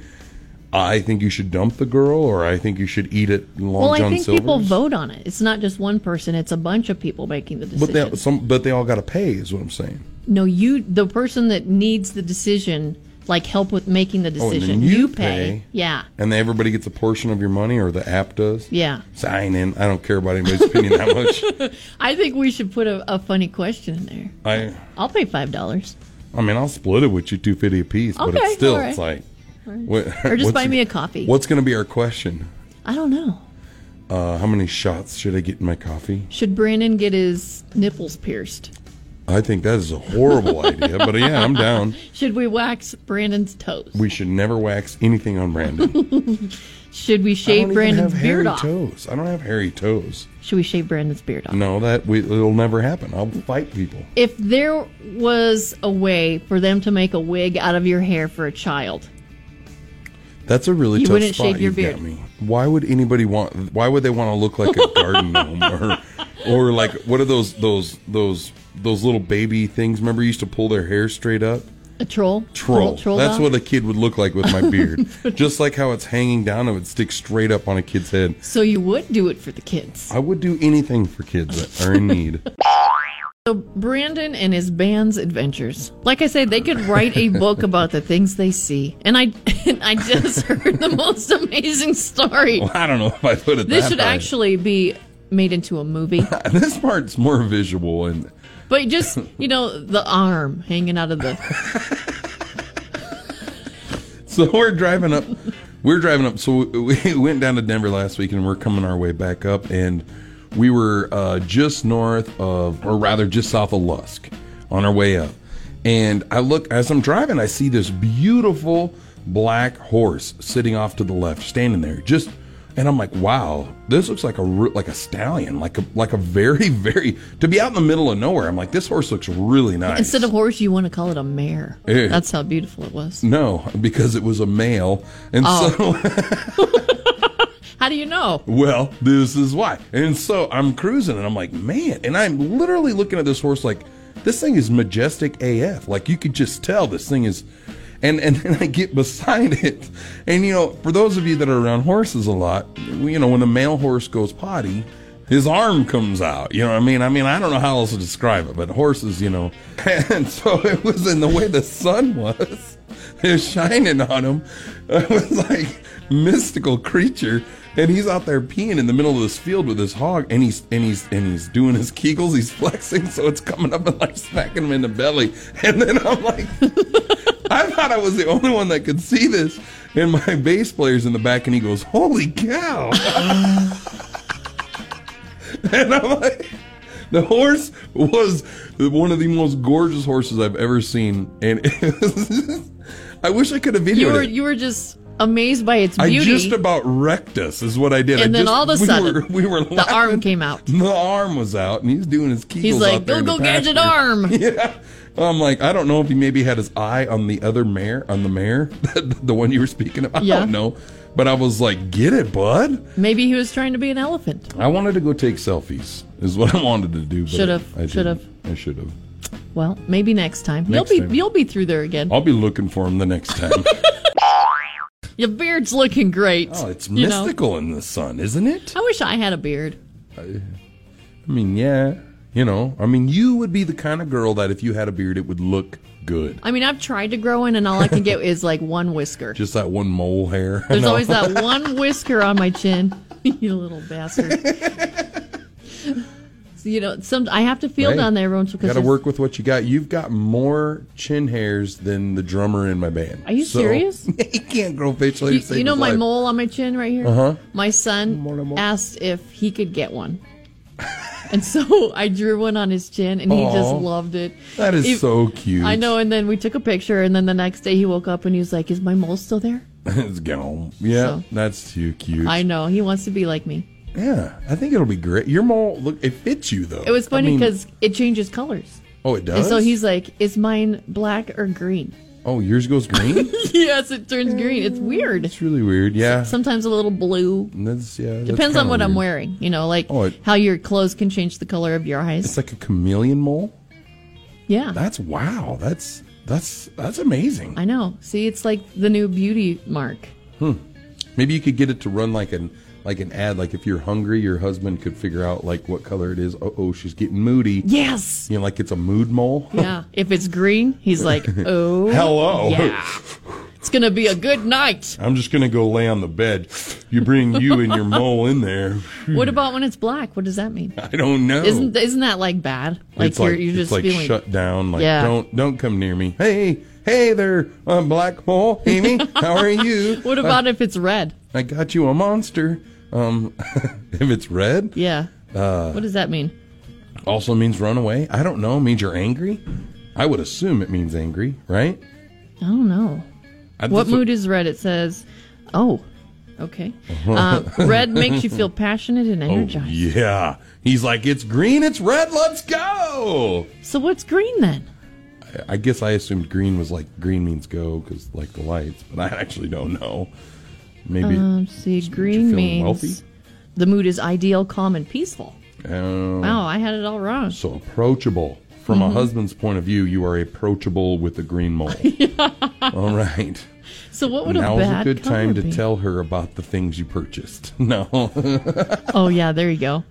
Speaker 3: I think you should dump the girl, or I think you should eat it. Long
Speaker 2: Well,
Speaker 3: John
Speaker 2: I think people
Speaker 3: Silver's.
Speaker 2: vote on it. It's not just one person; it's a bunch of people making the
Speaker 3: But
Speaker 2: decision.
Speaker 3: they, some, but they all got to pay, is what I'm saying.
Speaker 2: no, you, the person that needs the decision, like help with making the
Speaker 3: Oh, and then
Speaker 2: decision.
Speaker 3: you
Speaker 2: pay.
Speaker 3: pay.
Speaker 2: Yeah,
Speaker 3: And then everybody gets a portion of your money, or the app does.
Speaker 2: yeah.
Speaker 3: Sign in. I don't care about anybody's opinion that much.
Speaker 2: I think we should put a, a funny question in there.
Speaker 3: I,
Speaker 2: I'll pay five dollars,
Speaker 3: I mean, I'll split it with you two fifty a piece, but
Speaker 2: Okay,
Speaker 3: it's still,
Speaker 2: all right.
Speaker 3: it's like, what,
Speaker 2: or just buy me a coffee.
Speaker 3: What's going to be our question?
Speaker 2: I don't know.
Speaker 3: Uh, how many shots should I get in my coffee?
Speaker 2: Should Brandon get his nipples pierced?
Speaker 3: I think that is a horrible idea, but yeah, I'm down.
Speaker 2: Should we wax Brandon's toes?
Speaker 3: We should never wax anything on Brandon.
Speaker 2: Should we
Speaker 3: I
Speaker 2: shave
Speaker 3: don't even have
Speaker 2: Brandon's beard
Speaker 3: hairy
Speaker 2: off?
Speaker 3: toes. I don't have hairy toes.
Speaker 2: Should we shave Brandon's beard off?
Speaker 3: No, that we, it'll never happen. I'll fight people.
Speaker 2: If there was a way for them to make a wig out of your hair for a child,
Speaker 3: That's a really
Speaker 2: You
Speaker 3: tough
Speaker 2: wouldn't
Speaker 3: spot
Speaker 2: shave your
Speaker 3: you've
Speaker 2: beard.
Speaker 3: got me. Why would anybody want? Why would they want to look like a garden gnome or, or like what are those those those those little baby things? Remember, you used to pull their hair straight up.
Speaker 2: a troll?
Speaker 3: Troll.
Speaker 2: Troll
Speaker 3: That's
Speaker 2: doll?
Speaker 3: what a kid would look like with my beard. Just like how it's hanging down, it would stick straight up on a kid's head.
Speaker 2: So you would do it for the kids.
Speaker 3: I would do anything for kids that are in need.
Speaker 2: So Brandon and his band's adventures. Like I said, they could write a book about the things they see. And I and I just heard the most amazing story.
Speaker 3: Well, I don't know if I put it.
Speaker 2: This
Speaker 3: that
Speaker 2: should
Speaker 3: high.
Speaker 2: actually be made into a movie.
Speaker 3: This part's more visual and.
Speaker 2: But just you know, the arm hanging out of the
Speaker 3: So we're driving up. We're driving up. So we went down to Denver last week, and we're coming our way back up, and we were uh, just north of, or rather, just south of Lusk, on our way up. And I look as I'm driving, I see this beautiful black horse sitting off to the left, standing there. Just and I'm like, wow, this looks like a re- like a stallion, like a like a very very to be out in the middle of nowhere. I'm like, this horse looks really nice.
Speaker 2: Instead of horse, you want to call it a mare.
Speaker 3: Ew.
Speaker 2: That's how beautiful it was.
Speaker 3: no, because it was a male, and
Speaker 2: Oh.
Speaker 3: so
Speaker 2: How do you know?
Speaker 3: Well, this is why. And so I'm cruising and I'm like, man. And I'm literally looking at this horse like, this thing is majestic AF. Like you could just tell this thing is. And, and then I get beside it. And, you know, for those of you that are around horses a lot, you know, when a male horse goes potty, his arm comes out. You know what I mean? I mean, I don't know how else to describe it, but horses, you know. And so it was in the way the sun was. It was shining on him. It was like mystical creature. And he's out there peeing in the middle of this field with his hog and he's and he's and he's doing his kegels, he's flexing, so it's coming up and like smacking him in the belly. And then I'm like I thought I was the only one that could see this. And my bass player's in the back and he goes, Holy cow and I'm like, the horse was one of the most gorgeous horses I've ever seen, and it was just- I wish I could have videoed
Speaker 2: You were
Speaker 3: it.
Speaker 2: you were just amazed by its
Speaker 3: I
Speaker 2: beauty.
Speaker 3: just about wrecked us, is what I did. I
Speaker 2: And then
Speaker 3: just-
Speaker 2: all of a
Speaker 3: we
Speaker 2: sudden,
Speaker 3: were, we were
Speaker 2: the arm came out.
Speaker 3: The arm was out, and he's doing his kegels.
Speaker 2: He's
Speaker 3: out
Speaker 2: like,
Speaker 3: there
Speaker 2: go go
Speaker 3: in the
Speaker 2: gadget
Speaker 3: pasture."
Speaker 2: arm.
Speaker 3: Yeah, I'm like, I don't know if he maybe had his eye on the other mare, on the mare, the one you were speaking of. I
Speaker 2: Yeah.
Speaker 3: don't know, but I was like, get it, bud.
Speaker 2: Maybe he was trying to be an elephant.
Speaker 3: I wanted to go take selfies. Is what I wanted to do. but
Speaker 2: Should've,
Speaker 3: I didn't.
Speaker 2: should've.
Speaker 3: I should have.
Speaker 2: Well, maybe next time.
Speaker 3: Next
Speaker 2: you'll be
Speaker 3: time. Oh.
Speaker 2: you'll be through there again.
Speaker 3: I'll be looking for him the next time.
Speaker 2: Your beard's looking great.
Speaker 3: oh, it's
Speaker 2: you know?
Speaker 3: mystical in the sun, isn't it?
Speaker 2: I wish I had a beard.
Speaker 3: I mean, yeah. You know, I mean, you would be the kind of girl that if you had a beard, it would look good.
Speaker 2: I mean, I've tried to grow in, and all I can get is like one whisker.
Speaker 3: Just that one mole hair.
Speaker 2: There's
Speaker 3: No.
Speaker 2: always that one whisker on my chin. you little bastard. so, you know, some I have to feel
Speaker 3: Hey,
Speaker 2: down there every once in a
Speaker 3: Got to
Speaker 2: because
Speaker 3: work with what you got. You've got more chin hairs than the drummer in my band.
Speaker 2: Are you serious?
Speaker 3: he can't grow facial hair.
Speaker 2: You,
Speaker 3: to save
Speaker 2: you know
Speaker 3: his
Speaker 2: my
Speaker 3: life.
Speaker 2: mole on my chin right here? Uh-huh. My son
Speaker 3: Mole, mole.
Speaker 2: asked if he could get one. and so I drew one on his chin and he just
Speaker 3: Aw.
Speaker 2: loved it.
Speaker 3: That is
Speaker 2: If-
Speaker 3: so cute.
Speaker 2: I know, and then we took a picture and then the next day he woke up and he was like, Is my mole still there?
Speaker 3: it's gone. Yeah,
Speaker 2: So-
Speaker 3: that's too cute.
Speaker 2: I know. He wants to be like me.
Speaker 3: Yeah, I think it'll be great. Your mole, look, it fits you though.
Speaker 2: It was
Speaker 3: I
Speaker 2: funny
Speaker 3: mean-
Speaker 2: because it changes colors.
Speaker 3: oh, it does.
Speaker 2: And so he's like, Is mine black or green?
Speaker 3: oh, yours goes green.
Speaker 2: yes, it turns green. It's weird.
Speaker 3: it's really weird. Yeah,
Speaker 2: Sometimes a little blue.
Speaker 3: that's yeah. that's
Speaker 2: Depends on
Speaker 3: kinda
Speaker 2: what I'm
Speaker 3: weird.
Speaker 2: wearing. You know, like
Speaker 3: Oh, it-
Speaker 2: how your clothes can change the color of your eyes.
Speaker 3: It's like a chameleon mole.
Speaker 2: yeah.
Speaker 3: That's wow. That's that's that's amazing.
Speaker 2: I know. See, it's like the new beauty mark.
Speaker 3: Maybe you could get it to run like an like an ad. Like if you're hungry, your husband could figure out like what color it is. Oh, oh, she's getting moody.
Speaker 2: Yes.
Speaker 3: You know, like it's a mood mole.
Speaker 2: Yeah. If it's green, he's like, oh,
Speaker 3: Hello.
Speaker 2: yeah. It's gonna be a good night.
Speaker 3: I'm just gonna go lay on the bed. You bring you and your mole in there.
Speaker 2: What about when it's black? What does that mean?
Speaker 3: I don't know.
Speaker 2: Isn't isn't that like bad? Like
Speaker 3: Oh. it's
Speaker 2: you're
Speaker 3: like,
Speaker 2: you're
Speaker 3: it's
Speaker 2: just
Speaker 3: like
Speaker 2: feeling.
Speaker 3: shut down. Like
Speaker 2: Yeah.
Speaker 3: don't don't come near me. Hey hey there, I'm Black Hole Amy. How are you?
Speaker 2: What about if it's red?
Speaker 3: I got you a monster. Um, if it's red,
Speaker 2: Yeah.
Speaker 3: Uh.
Speaker 2: what does that mean?
Speaker 3: also means run away. I don't know. Means you're angry. I would assume it means angry, right?
Speaker 2: I don't know.
Speaker 3: I,
Speaker 2: What
Speaker 3: that's a-
Speaker 2: mood is red? It says, oh, okay. Uh, red makes you feel passionate and
Speaker 3: Uh-huh. Oh,
Speaker 2: energized.
Speaker 3: yeah. He's like, it's green, it's red. Let's go.
Speaker 2: So what's green then?
Speaker 3: I- I guess I assumed green was like green means go because like the lights, but I actually don't know. Maybe.
Speaker 2: Um, see, green
Speaker 3: feeling
Speaker 2: means
Speaker 3: wealthy?
Speaker 2: the mood is ideal, calm, and peaceful.
Speaker 3: um,
Speaker 2: Wow, I had it all wrong.
Speaker 3: So approachable. From
Speaker 2: Mm-hmm.
Speaker 3: a husband's point of view, you are approachable with a green mole. All right.
Speaker 2: So what would a
Speaker 3: Now's
Speaker 2: bad
Speaker 3: a good
Speaker 2: color
Speaker 3: time to
Speaker 2: be?
Speaker 3: tell her about the things you purchased. No.
Speaker 2: Oh yeah, there you go.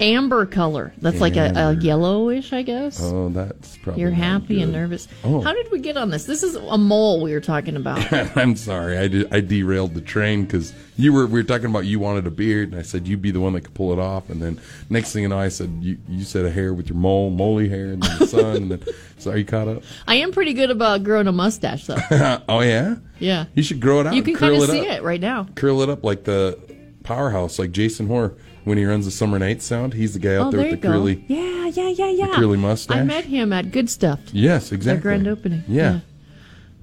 Speaker 2: Amber color. That's like a, a yellowish, I guess.
Speaker 3: oh, that's probably.
Speaker 2: You're
Speaker 3: not
Speaker 2: happy and
Speaker 3: good.
Speaker 2: nervous.
Speaker 3: Oh.
Speaker 2: How did we get on this? This is a mole we were talking about.
Speaker 3: I'm sorry. I, did, I derailed the train because you were we were talking about you wanted a beard, and I said you'd be the one that could pull it off. And then next thing you know, I said you, you said a hair with your mole, moley hair, and then the sun. and then so are you caught up?
Speaker 2: I am pretty good about growing a mustache though.
Speaker 3: oh yeah.
Speaker 2: Yeah.
Speaker 3: You should grow it out.
Speaker 2: You
Speaker 3: and
Speaker 2: can
Speaker 3: curl
Speaker 2: kind of
Speaker 3: it
Speaker 2: see
Speaker 3: up.
Speaker 2: it right now.
Speaker 3: curl it up like the powerhouse like Jason Hoare when he runs the Summer Night Sound. He's the guy out
Speaker 2: oh,
Speaker 3: there,
Speaker 2: there you
Speaker 3: with the
Speaker 2: go.
Speaker 3: curly.
Speaker 2: yeah, yeah, yeah, yeah.
Speaker 3: curly mustache.
Speaker 2: I met him at Good Stuff.
Speaker 3: Yes,
Speaker 2: Their
Speaker 3: exactly.
Speaker 2: grand opening.
Speaker 3: Yeah.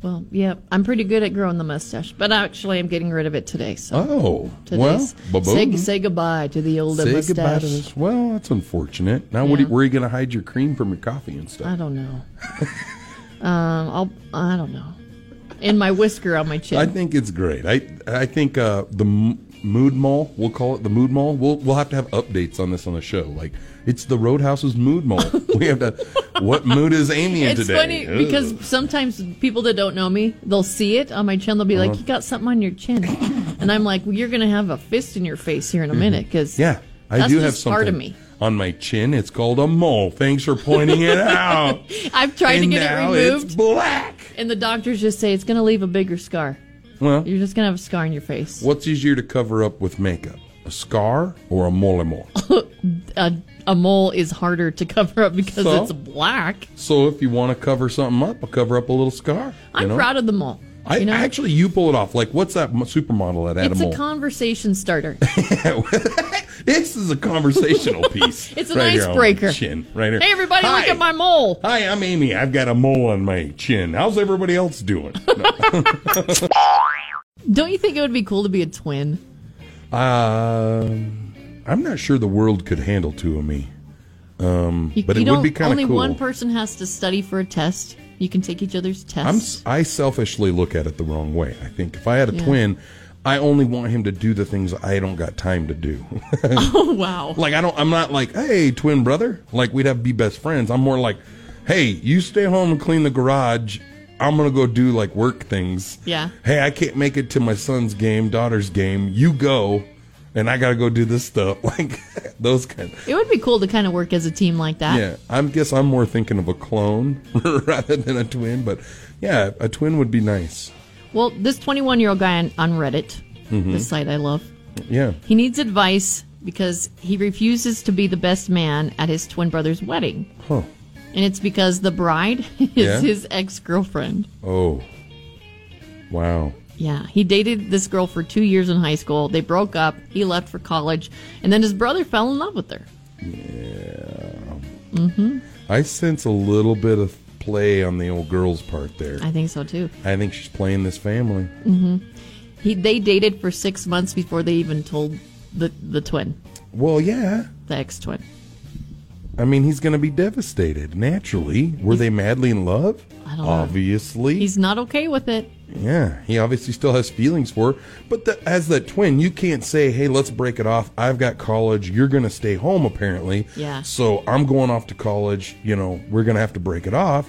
Speaker 2: Well, yeah, I'm pretty good at growing the mustache, but actually, I'm getting rid of it today. So
Speaker 3: Oh, well,
Speaker 2: today's say,
Speaker 3: ba-boom.
Speaker 2: say goodbye to the old
Speaker 3: Say
Speaker 2: mustache.
Speaker 3: goodbye to this. Well, that's unfortunate. Now, what do
Speaker 2: Yeah.
Speaker 3: you, where are you going to hide your cream from your coffee and stuff?
Speaker 2: I don't know. um, I'll. I don't know. In my whisker on my chin.
Speaker 3: I think it's great. I I think uh, the m- mood mall, we'll call it the mood mall. We'll we'll have to have updates on this on the show. Like it's the Roadhouse's mood mall. we have to. What mood is Amy in
Speaker 2: it's
Speaker 3: today?
Speaker 2: funny
Speaker 3: Ugh.
Speaker 2: because sometimes people that don't know me, they'll see it on my chin. They'll be like,
Speaker 3: Uh-huh.
Speaker 2: "You got something on your chin," and I'm like, well, "You're gonna have a fist in your face here in a minute." Because
Speaker 3: Mm-hmm. yeah, I
Speaker 2: that's
Speaker 3: do have
Speaker 2: just
Speaker 3: something
Speaker 2: part of me.
Speaker 3: on my chin. It's called a mole. Thanks for pointing it out.
Speaker 2: I've tried to
Speaker 3: and
Speaker 2: get it
Speaker 3: now
Speaker 2: removed,
Speaker 3: it's black.
Speaker 2: and the doctors just say it's gonna leave a bigger scar.
Speaker 3: Well,
Speaker 2: You're just gonna have a scar on your face.
Speaker 3: what's easier to cover up with makeup? A scar or a mole mole?
Speaker 2: A, a mole is harder to cover up because
Speaker 3: So?
Speaker 2: it's black.
Speaker 3: so if you want to cover something up, I'll cover up a little scar. you
Speaker 2: I'm
Speaker 3: know?
Speaker 2: proud of the mole.
Speaker 3: I,
Speaker 2: you know,
Speaker 3: actually, you pull it off. Like, what's that mo- supermodel that had
Speaker 2: it's
Speaker 3: a mole?
Speaker 2: a conversation starter.
Speaker 3: this is a conversational piece.
Speaker 2: It's an
Speaker 3: here on my
Speaker 2: icebreaker.
Speaker 3: Chin, right here.
Speaker 2: hey, everybody,
Speaker 3: Hi.
Speaker 2: look at my mole.
Speaker 3: Hi, I'm Amy. I've got a mole on my chin. How's everybody else doing?
Speaker 2: Don't you think it would be cool to be a twin?
Speaker 3: um, I'm not sure the world could handle two of me.
Speaker 2: You,
Speaker 3: Mm, But
Speaker 2: you
Speaker 3: it would
Speaker 2: don't-
Speaker 3: be kinda
Speaker 2: Only
Speaker 3: cool.
Speaker 2: one person has to study for a test. You can take each other's
Speaker 3: I'm
Speaker 2: tests.
Speaker 3: s- I selfishly look at it the wrong way. I think if I had a
Speaker 2: Yeah.
Speaker 3: twin, I only want him to do the things I don't got time to do.
Speaker 2: oh wow!
Speaker 3: Like I don't. I'm not like, hey, twin brother. Like we'd have to be best friends. I'm more like, hey, you stay home and clean the garage. I'm gonna go do like work things.
Speaker 2: Yeah.
Speaker 3: Hey, I can't make it to my son's game, daughter's game. You go, and I gotta go do this stuff. Like those kind.
Speaker 2: It would be cool to kind of work as a team like that.
Speaker 3: Yeah. I guess I'm more thinking of a clone rather than a twin. But yeah, a twin would be nice.
Speaker 2: Well, this 21 year old guy on, on Reddit,
Speaker 3: Mm-hmm.
Speaker 2: this site I love,
Speaker 3: Yeah.
Speaker 2: he needs advice because he refuses to be the best man at his twin brother's wedding,
Speaker 3: Huh.
Speaker 2: and it's because the bride is
Speaker 3: Yeah?
Speaker 2: his ex girlfriend.
Speaker 3: Oh. Wow.
Speaker 2: Yeah, he dated this girl for two years in high school. They broke up. He left for college, and then his brother fell in love with her.
Speaker 3: I sense a little bit of play on the old girl's part there.
Speaker 2: I think so too.
Speaker 3: I think she's playing this family.
Speaker 2: He, they dated for six months before they even told the the twin,
Speaker 3: Well, yeah.
Speaker 2: the ex twin.
Speaker 3: I mean, he's going to be devastated naturally. Were they madly in love?
Speaker 2: I don't know.
Speaker 3: obviously.
Speaker 2: He's not okay with it.
Speaker 3: yeah, he obviously still has feelings for her. But the, as that twin, you can't say, "Hey, let's break it off. I've got college. You're going to stay home apparently."
Speaker 2: Yeah.
Speaker 3: So, I'm going off to college, you know, we're going to have to break it off.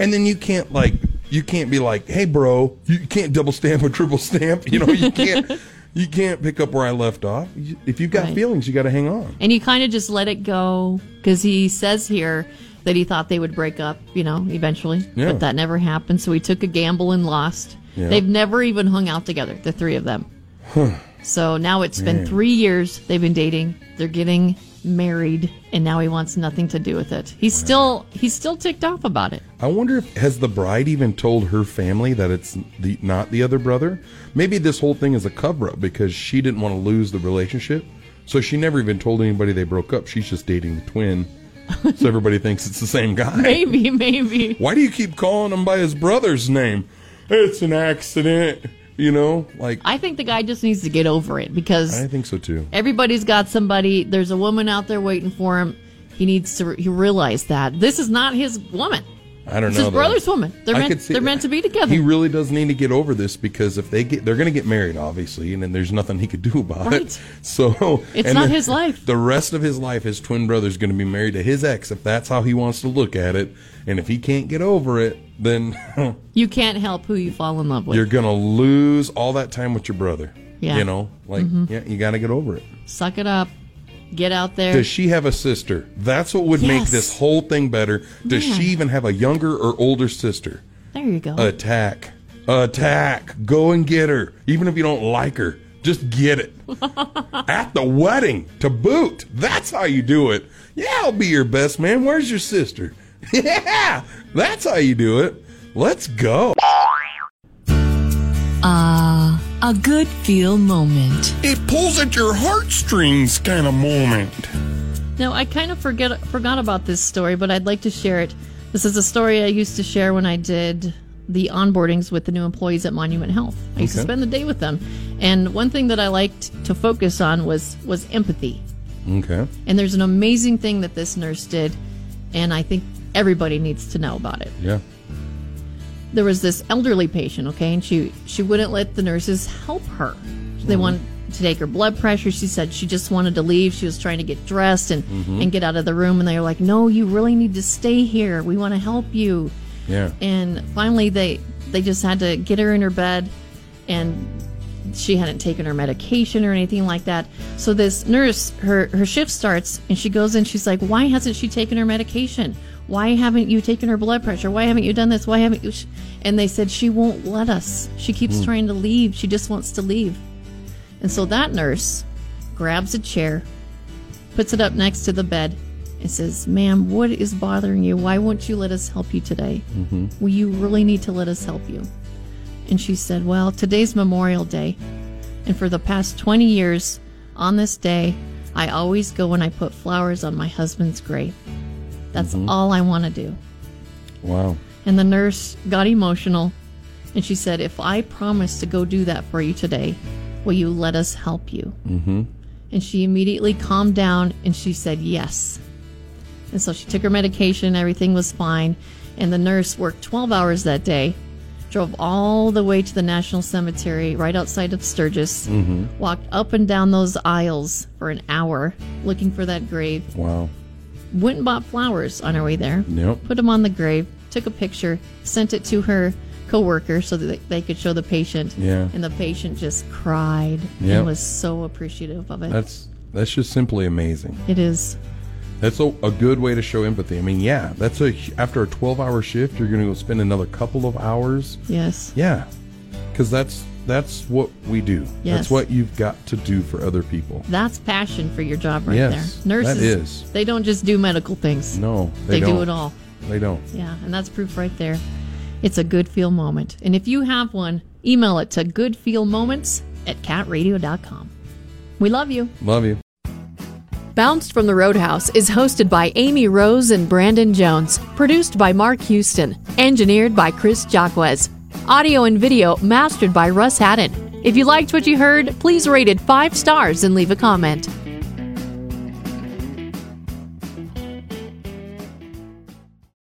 Speaker 3: And then you can't like you can't be like, "Hey, bro, you can't double stamp or triple stamp." You know, you can't you can't pick up where I left off. You- If you've got
Speaker 2: Right.
Speaker 3: feelings, you got to hang on.
Speaker 2: And he kind of just let it go because he says here that he thought they would break up, you know, eventually.
Speaker 3: Yeah.
Speaker 2: But that never happened. So he took a gamble and lost.
Speaker 3: Yeah.
Speaker 2: They've never even hung out together, the three of them. so now it's been three years they've been dating. They're getting married, and now he wants nothing to do with it. He's still he's still ticked off about it.
Speaker 3: I wonder if has the bride even told her family that it's the not the other brother? Maybe this whole thing is a cover up because she didn't want to lose the relationship. So she never even told anybody they broke up. She's just dating the twin. so everybody thinks it's the same guy.
Speaker 2: Maybe, maybe.
Speaker 3: Why do you keep calling him by his brother's name? It's an accident, you know? Like
Speaker 2: I think the guy just needs to get over it because
Speaker 3: I think so too.
Speaker 2: Everybody's got somebody. There's a woman out there waiting for him. He needs to re- he realize that this is not his woman.
Speaker 3: I don't
Speaker 2: It's his
Speaker 3: know. though.
Speaker 2: brother's woman. They're
Speaker 3: I
Speaker 2: meant
Speaker 3: could see
Speaker 2: they're
Speaker 3: that.
Speaker 2: meant to be together.
Speaker 3: He really does need to get over this because if they get, they're going to get married, obviously, and then there's nothing he could do about
Speaker 2: Right.
Speaker 3: it. So
Speaker 2: It's
Speaker 3: and
Speaker 2: not
Speaker 3: then
Speaker 2: his life.
Speaker 3: The rest of his life, his twin brother's going to be married to his ex, if that's how he wants to look at it. And if he can't get over it, then
Speaker 2: you can't help who you fall in love with.
Speaker 3: you're going to lose all that time with your brother.
Speaker 2: Yeah. Mm-hmm.
Speaker 3: you know, like yeah, you got to get over it.
Speaker 2: Suck it up. Get out there.
Speaker 3: Does she have a sister? That's what would make
Speaker 2: Yes.
Speaker 3: this whole thing better. Does
Speaker 2: Man.
Speaker 3: she even have a younger or older sister?
Speaker 2: there you
Speaker 3: Uh,
Speaker 2: go.
Speaker 3: Attack. Attack. Go and get her. Even if you don't like her, just get it. At the wedding, to boot. That's how you do it. Yeah, I'll be your best man. Where's your sister? Yeah, that's how you do it. Let's go.
Speaker 1: Uh, A good feel moment.
Speaker 3: It pulls at your heartstrings kind of moment.
Speaker 2: Now, I kind of forget forgot about this story, but I'd like to share it. This is a story I used to share when I did the onboardings with the new employees at Monument Health. I used to
Speaker 3: Okay.
Speaker 2: spend the day with them, and one thing that I liked to focus on was was empathy.
Speaker 3: Okay.
Speaker 2: And there's an amazing thing that this nurse did, and I think everybody needs to know about it.
Speaker 3: Yeah.
Speaker 2: There was this elderly patient, okay, and she she wouldn't let the nurses help her. They wanted to take her blood pressure. She said she just wanted to leave. She was trying to get dressed and and get out of the room, and they were like, "No, you really need to stay here. We want to help you."
Speaker 3: Yeah.
Speaker 2: And finally, they they just had to get her in her bed, and she hadn't taken her medication or anything like that. So this nurse, her her shift starts, and she goes in. She's like, "Why hasn't she taken her medication? Why haven't you taken her blood pressure? Why haven't you done this? Why haven't you?" sh-" And they said she won't let us. She keeps trying to leave. She just wants to leave. And so that nurse grabs a chair, puts it up next to the bed, and says, Ma'am, what is bothering you? Why won't you let us help you today? Mm-hmm. Well, you really need to let us help you. And she said, Well, today's Memorial Day. And for the past 20 years, on this day, I always go and I put flowers on my husband's grave. That's all I want to do.
Speaker 3: Wow.
Speaker 2: And the nurse got emotional and she said, If I promise to go do that for you today, will you let us help you? Mm-hmm. And she immediately calmed down and she said, Yes. And so she took her medication, everything was fine. And the nurse worked 12 hours that day, drove all the way to the National Cemetery right outside of Sturgis, walked up and down those aisles for an hour looking for that grave,
Speaker 3: Wow.
Speaker 2: went and bought flowers on her way there
Speaker 3: Yep.
Speaker 2: put him on the grave, took a picture, sent it to her coworker so that they could show the patient.
Speaker 3: Yeah.
Speaker 2: And the patient just cried
Speaker 3: Yeah.
Speaker 2: and was so appreciative of it.
Speaker 3: That's that's just simply amazing.
Speaker 2: it is.
Speaker 3: That's a, a good way to show empathy. I mean, yeah, that's a after a 12-hour shift, you're going to go spend another couple of hours.
Speaker 2: Yes.
Speaker 3: Yeah. Cuz that's that's what we do.
Speaker 2: Yes.
Speaker 3: That's what you've got to do for other people.
Speaker 2: That's passion for your job right
Speaker 3: Yes,
Speaker 2: there. Nurses
Speaker 3: that is.
Speaker 2: they don't just do medical things.
Speaker 3: No,
Speaker 2: They
Speaker 3: they,
Speaker 2: do
Speaker 3: don't.
Speaker 2: it all.
Speaker 3: They don't.
Speaker 2: Yeah, and that's proof right there. It's a good feel moment. And if you have one, email it to goodfeelmoments at catradio.com. We love you.
Speaker 3: Love you.
Speaker 2: Bounced from the Roadhouse is hosted by Amy Rose and Brandon Jones, produced by Mark Houston, engineered by Chris Jacquez. Audio and video mastered by Russ Haddon. If you liked what you heard, please rate it five stars and leave a comment.